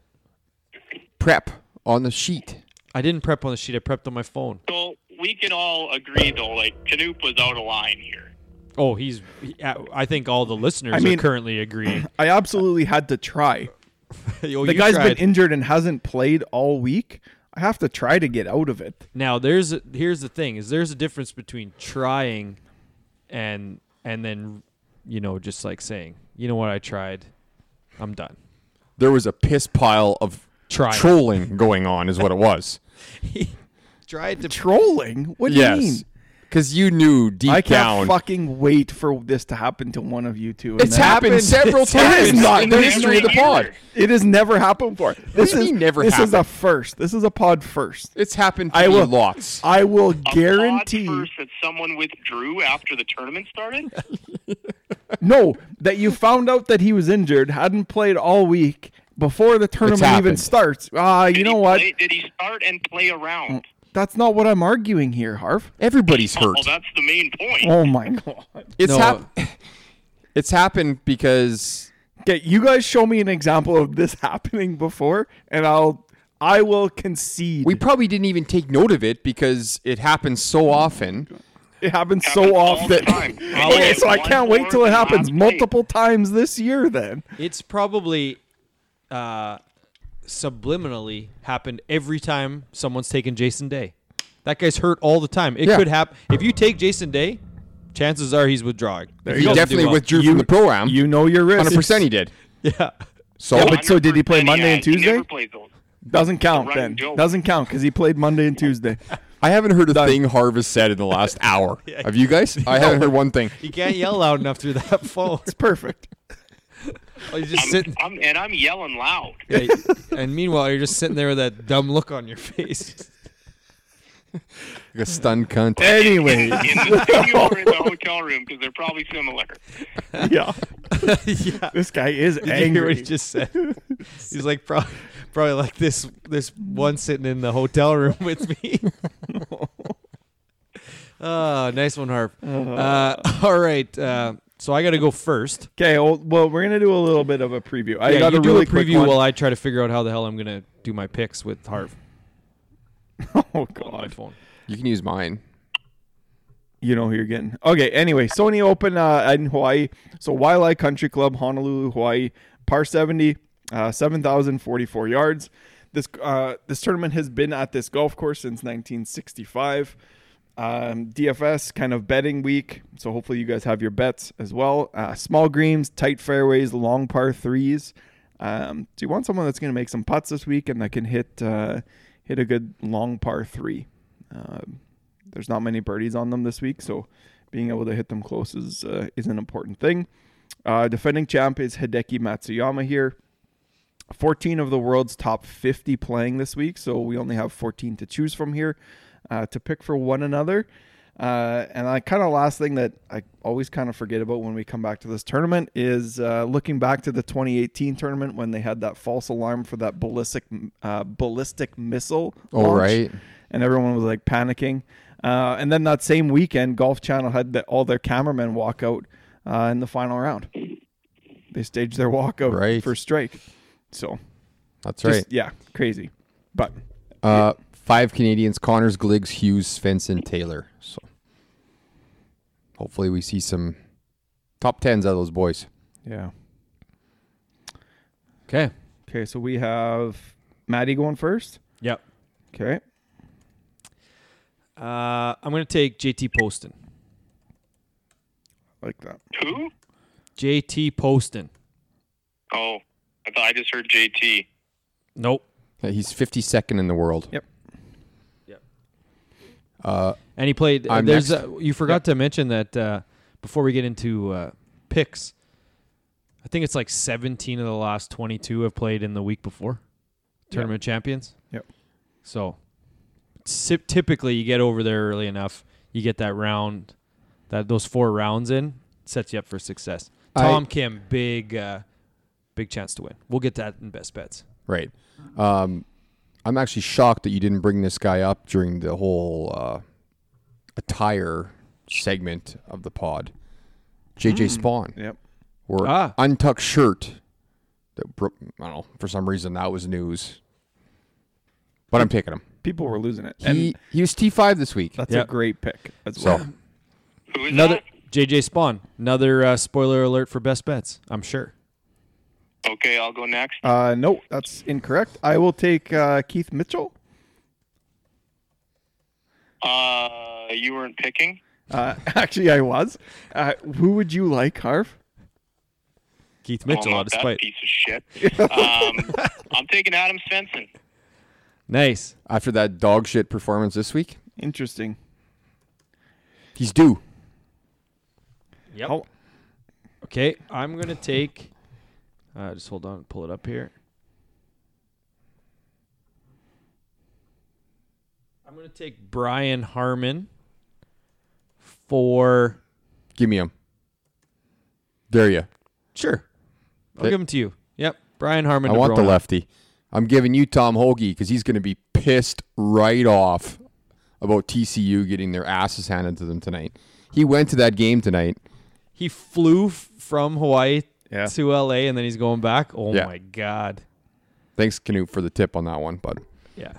Prep on the sheet.
I didn't prep on the sheet. I prepped on my phone.
So we can all agree though, like Canoop was out of line here.
Oh, he's. he- I think all the listeners
I mean-
are currently agreeing.
I absolutely had to try.
Yo,
The
you
guy's
tried.
been injured and hasn't played all week. I have to try to get out of it.
now there's a, here's the thing: is there's a difference between trying, and and then, you know, just like saying, you know what, I tried, I'm done.
There was a piss pile of
Trying.
trolling going on, is what it was.
Tried to.
Trolling? What do you mean?
yes, because you knew deep
I can't
down
fucking wait for this to happen to one of you two. and
it's
then-
happened,
happened.
several
It's
times
happened.
in the
Every
history of the
year.
pod.
It has never happened before. This
do you
is
mean never
This is a
happened?
first. This is a pod first.
It's happened. To
I
me
will-
lots.
I will
A pod
guarantee.
first that someone withdrew after the tournament started.
No, that you found out that he was injured, hadn't played all week before the tournament even
happened.
starts. Ah, you
Did
know
he
what?
play- did he start and play around?
That's not what I'm arguing here, Harv.
Everybody's hurt.
Well, that's the main point.
Oh my god.
It's
No.
hap- It's happened because
Okay, you guys show me an example of this happening before, and I'll I will concede.
we probably didn't even take note of it because it happens so often.
it happens
Happens
so
all the
often.
time.
okay, so I
One
can't wait till
more
it
than
happens
last
multiple times this year. Then
It's probably, uh, subliminally happened every time someone's taken Jason Day. That guy's hurt all the time. It
Yeah.
could happen if you take Jason Day. Chances are he's withdrawing. If
He
doesn't do
definitely
well.
withdrew from the program.
you know your risk.
100% he did.
Yeah.
So
Yeah, but so did he play
100%
Monday and
he
Tuesday?
never played those.
Doesn't count
running
then.
joke.
Doesn't count because he played Monday and Tuesday.
I haven't heard a thing Harvest said in the last hour. Have you guys? I haven't heard one thing.
You can't yell loud enough through that phone.
It's perfect.
You're just
I'm,
sitting.
I'm, and I'm yelling loud.
and meanwhile, you're just sitting there with that dumb look on your face.
Like a stunned cunt.
Anyway,
in the studio or in the hotel room because they're probably similar.
yeah,
yeah.
this guy is
Did you hear
angry.
what he just said? He's like probably, probably like this this one sitting in the hotel room with me. oh, nice one, Harp. Uh, all right, uh, so I got to go first.
okay, well, well, we're gonna do a little bit of a preview. I
yeah,
got
you
a
do
really
a
quick
preview
one.
while I try to figure out how the hell I'm gonna do my picks with Harp
oh
on my
god,
phone.
You can use mine.
you know who you're getting. Okay, anyway, Sony Open uh, in Hawaii. So Wailea Country Club, Honolulu, Hawaii, par 70, uh, 7,044 yards. This uh, this tournament has been at this golf course since 1965. Um, DFS kind of betting week, so hopefully you guys have your bets as well. Uh, small greens, tight fairways, long par threes. Um, so you want someone that's going to make some putts this week and that can hit uh, hit a good long par three. Um, there's not many birdies on them this week, so being able to hit them close is uh, is an important thing. Uh, defending champ is Hideki Matsuyama here. 14 of the world's top 50 playing this week, so we only have 14 to choose from here uh, to pick for one another. Uh, and I kind of last thing that I always kind of forget about when we come back to this tournament is uh, looking back to the 2018 tournament when they had that false alarm for that ballistic uh, ballistic missile.
Oh,
launch
right.
and everyone was like panicking. Uh, and then that same weekend, Golf Channel had the, all their cameramen walk out uh, in the final round. They staged their walkout
Right.
for strike. So,
That's
just,
right.
yeah, crazy. But
Uh, five Canadians: Connors, Gliggs, Hughes, Svensson, Taylor. So hopefully we see some top tens out of those boys.
yeah.
Okay.
Okay, so we have Maddie going first.
Yep.
Okay.
Uh, I'm gonna take JT Poston.
Like that.
Who?
JT Poston.
Oh, I thought I just heard JT.
Nope.
Uh, He's 52nd in the world.
Yep.
And he played.
I'm
there's
next.
uh, you forgot to mention that uh, before we get into uh, picks, I think it's like 17 of the last 22 have played in the week before tournament champions.
Yep.
So si- typically you get over there early enough, you get that round, that those four rounds in sets you up for success.
I-
Tom Kim, big, uh, big chance to win. We'll get that in best bets.
Right. Um, I'm actually shocked that you didn't bring this guy up during the whole uh, attire segment of the pod. JJ Spawn.
Yep.
Or
Ah.
untucked shirt. That bro- I don't know. For some reason, that was news. But I'm picking him.
People were losing it. and
He, he was T5 this week.
that's
Yep.
a great pick as
So
well.
Who is
Another JJ Spawn. Another uh, spoiler alert for best bets. I'm sure.
that? Okay, I'll go next.
Uh, no, that's incorrect. I will take uh, Keith Mitchell.
Uh, you weren't picking.
Uh, actually, I was. Uh, who would you like, Harv?
Keith Mitchell
well,
out
not
of
Oh,
spite.
that piece of shit. Um, I'm taking Adam Svensson.
Nice.
after that dog shit performance this week,
Interesting.
he's due.
Yep.
How-
Okay, I'm gonna take. Uh, just hold on, pull it up here. I'm gonna take Brian Harmon for
Give me him. There you.
sure. I'll
Okay.
give him to you. Yep, Brian Harmon.
I
to
want the
Brona.
lefty. I'm giving you Tom Hoagie because he's going to be pissed right off about TCU getting their asses handed to them tonight. He went to that game tonight.
He flew f- from Hawaii
Yeah.
to LA, and then he's going back. Oh
Yeah.
my god.
Thanks, Canute, for the tip on that one, bud.
Yeah.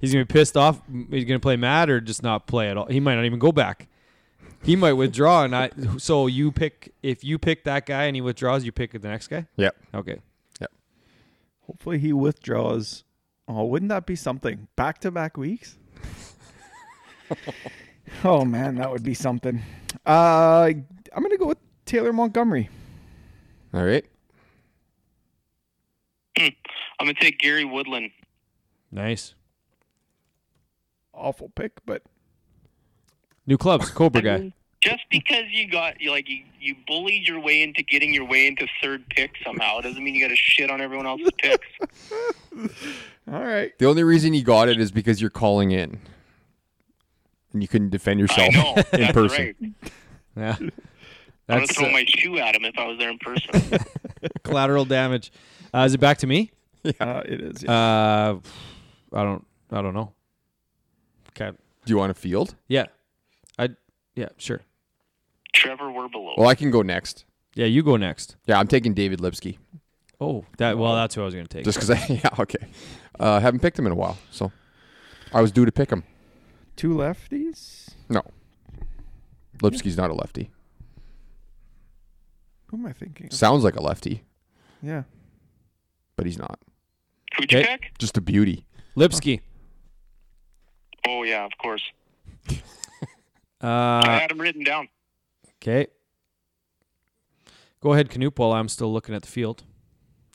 He's gonna be pissed off. M- He's gonna play mad or just not play at all. He might not even go back. He might withdraw, and I. So you pick if you pick that guy and he withdraws, you pick the next guy.
Yep.
Okay.
Hopefully he withdraws. Oh, wouldn't that be something? Back to back weeks? oh man, that would be something. Uh I'm gonna go with Taylor Montgomery.
All right.
I'm gonna take Gary Woodland.
Nice.
Awful pick, but
New clubs, Cobra
I
guy.
mean, Just because you got you like you, you bullied your way into getting your way into third pick somehow doesn't mean you got to shit on everyone else's picks.
all right.
The only reason he got it is because you're calling in. and you couldn't
I
defend yourself
know.
in
that's
person.
Right.
Yeah.
I would
That's
throw
uh,
my shoe at him if I was there in person.
collateral damage. Uh, is it back to me?
Uh, it is. yeah.
Uh, I don't. I don't know. Okay.
Do you want a field?
Yeah. I. Yeah. Sure.
Trevor Werbelow.
Well, I can go next.
Yeah. You go next.
Yeah, I'm taking David Lipsky
Oh, that. Well, that's who I was gonna take.
just because I, yeah, okay. Uh, haven't picked him in a while, so I was due to pick him.
Two lefties.
No. Lipsky's not a lefty.
Who am I thinking? of?
Sounds like a lefty,
Yeah.
but he's not.
Who'd you
Okay.
pick?
Just a beauty.
Lipsky.
Oh yeah, of course. I
Uh,
had him written down.
okay. Go ahead, Canoop. While I'm still looking at the field,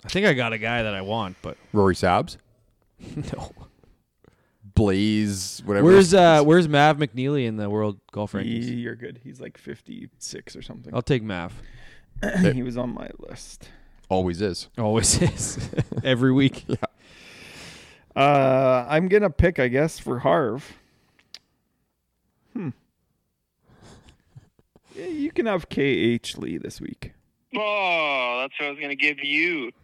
I think I got a guy that I want, but
Rory Sabs.
no.
Blaze, whatever.
Where's uh Where's Mav McNeely in the world golf
Ye-
rankings?
You're good. He's like 56 or something.
I'll take Mav.
he was on my list.
Always is.
Always is every week.
Uh, I'm gonna pick, I guess, for Harv. Hmm. Yeah, you can have KH Lee this week.
Oh, that's what I was gonna give you.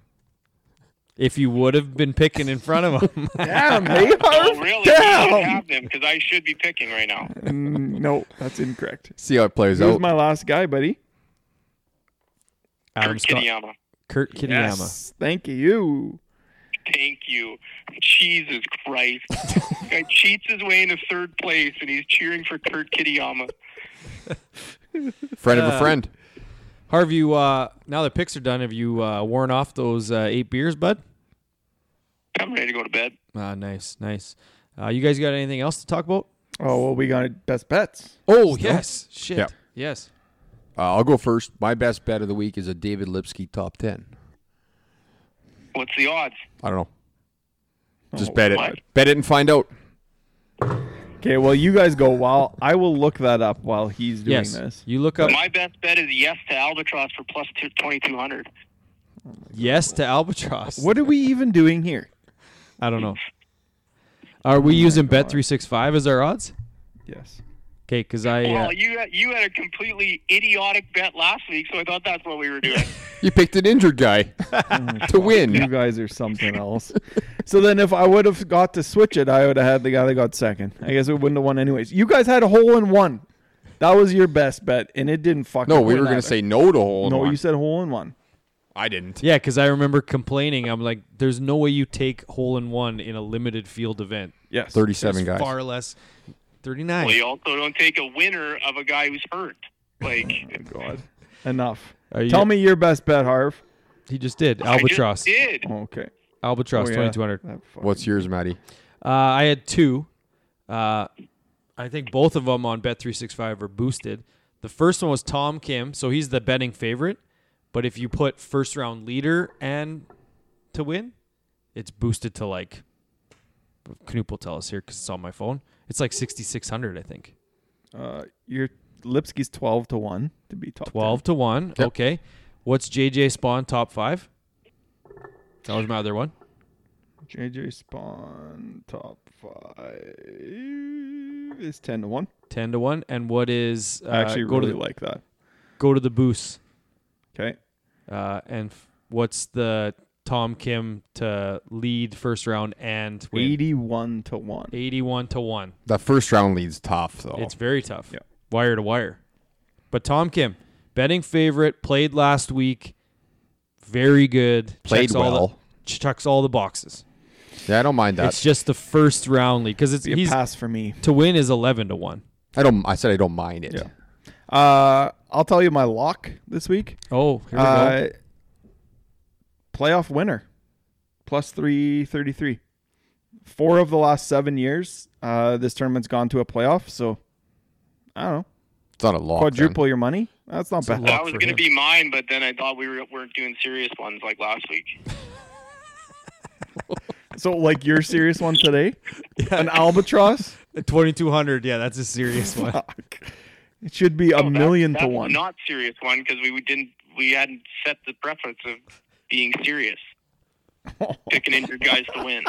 If you would have been picking in front of him,
Damn, hey,
Oh
Harv.
really? You should
Damn.
have them because I should be picking right now.
Mm, no, that's incorrect.
See how it plays
Who's
out.
my last guy, buddy?
Adam Scott-
Kitayama.
Kurt Kitayama.
Yes, Thank you.
Thank you. Jesus Christ. guy cheats his way into third place and he's cheering for Kurt Kitayama.
friend of
Uh,
a friend.
Harv, you uh, now the picks are done. Have you uh, worn off those uh, eight beers, bud?
I'm ready to go to bed.
Ah, nice, nice. Uh, you guys got anything else to talk about?
Oh well, we got best bets.
Oh yes, shit,
Yeah.
yes.
Uh, I'll go first. My best bet of the week is a David Lipsky top 10.
What's the odds?
I don't know. Just
Oh,
bet it.
what?
Bet it and find out.
Okay, well, you guys go while I will look that up while he's doing
yes,
this.
you look up
My best bet is yes to Albatross for plus two- 2200.
yes to albatross.
What are we even doing here?
I don't know. Are
Oh
we using bet three six five as our odds?
Yes.
Okay, because I uh,
Well, Oh, you you had a completely idiotic bet last week, so I thought that's what we were doing.
You picked an injured guy to
You
win.
guys are something else. so then, if I would have got to switch it, I would have had the guy that got second. I guess we wouldn't have won anyways. You guys had a hole in one. That was your best bet, and it didn't fucking.
No, we
win
were going to
either.
say no to hole. in
no.
one.
You said hole in one.
I didn't.
yeah, because I remember complaining. I'm like, there's no way you take hole in one in a limited field event.
Yes.
37
There's
guys.
far less. Thirty nine.
well, you also don't take a winner of a guy who's hurt. Like
Oh, God. Enough.
Are you-
Tell me your best bet, Harv.
He just did
I just
albatross.
did.
Okay.
Albatross
Oh, yeah.
twenty two hundred.
That fucking-
What's yours, Matty?
Uh, I had two. Uh, I think both of them on Bet three six five are boosted. The first one was Tom Kim, so he's the betting favorite. But if you put first round leader and to win, it's boosted to like. Knoop will tell us here because it's on my phone. It's like sixty six hundred, I think.
Uh, your Lipsky's twelve to one to be top 10.
Twelve to one.
Yep.
Okay. What's JJ Spawn top five? That was my other one.
JJ Spawn top five is ten to one.
Ten to one. And what is uh,
I actually
go
really
to the,
like that.
go to the boost?
Okay.
Uh, and f- what's the Tom Kim to lead first round and win?
Eighty-one to one.
81 to 1.
The first round leads tough, though.
It's very tough.
Yeah.
Wire to wire. But Tom Kim, betting favorite, played last week. Very good.
Played
checks All the,
well.
ch- checks all the boxes.
yeah, I don't mind that.
It's just the first round lead because it's
Be a
he's
pass for me.
to win is 11 to 1.
I don't. I said I don't mind it.
Yeah. Uh, I'll tell you my lock this week.
Oh, here we go.
Uh, playoff winner, plus three thirty-three. Four of the last seven years, uh, this tournament's gone to a playoff. So, I don't know,
It's not a lock.
quadruple your money. That's not
a
bad.
lot.
That was
for
going to
him.
be mine, but then I thought we were, weren't doing serious ones like last week.
So, like your serious one today, an albatross.
2200. Yeah, that's a serious one.
Fuck. It should be
No,
a
Oh, that-
million to
that's
one.
Not serious one because we didn't. We hadn't set the preference of being serious. Picking injured guys to win.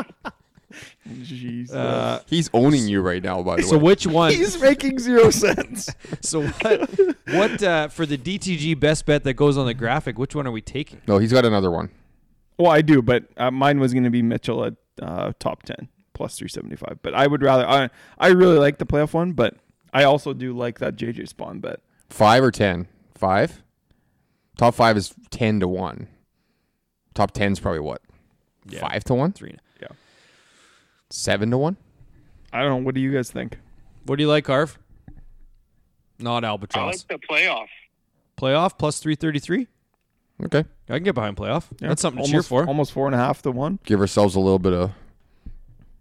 Jesus.
Uh,
He's owning you right now, by the
so
way.
which one?
He's making zero sense.
So what? What uh, for the DTG best bet that goes on the graphic? Which one are we taking?
No, he's got another one.
Well, I do, but uh, mine was going to be Mitchell at uh, top ten plus three seventy five. But I would rather. I I really like the playoff one, but I also do like that JJ Spawn bet.
Five or ten? Five? Top five is ten to one. Top ten's probably what?
Yeah.
Five to one?
Three.
Yeah.
Seven to one?
I don't know. What do you guys think?
What do you like, Harv? Not
I
albatross.
like the playoff.
playoff plus three thirty three.
Okay.
I can get behind playoff.
Yeah.
That's something to
almost,
cheer for.
Almost four and a half to one.
Give ourselves a little bit of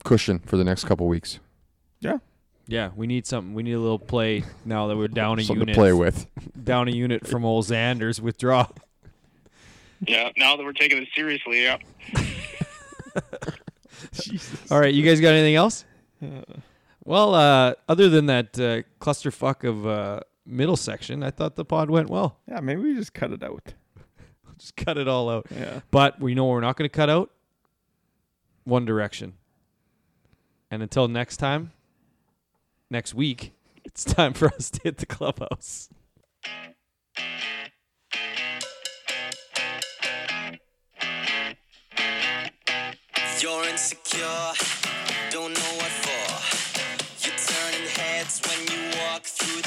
cushion for the next couple weeks.
Yeah.
Yeah, we need something. We need a little play now that we're down a
Something
unit.
to play with.
Down a unit from old Xander's withdraw.
Yeah, now that we're taking it seriously, yeah.
Jesus.
All right, you guys got anything else? Well, uh, other than that uh, clusterfuck of uh, middle section, I thought the pod went well.
Yeah, maybe we just cut it out.
Just cut it all out.
Yeah.
But we know we're not going to cut out One Direction. And until next time, next week, it's time for us to hit the clubhouse.
You're insecure, don't know what for. You're turning heads when you walk through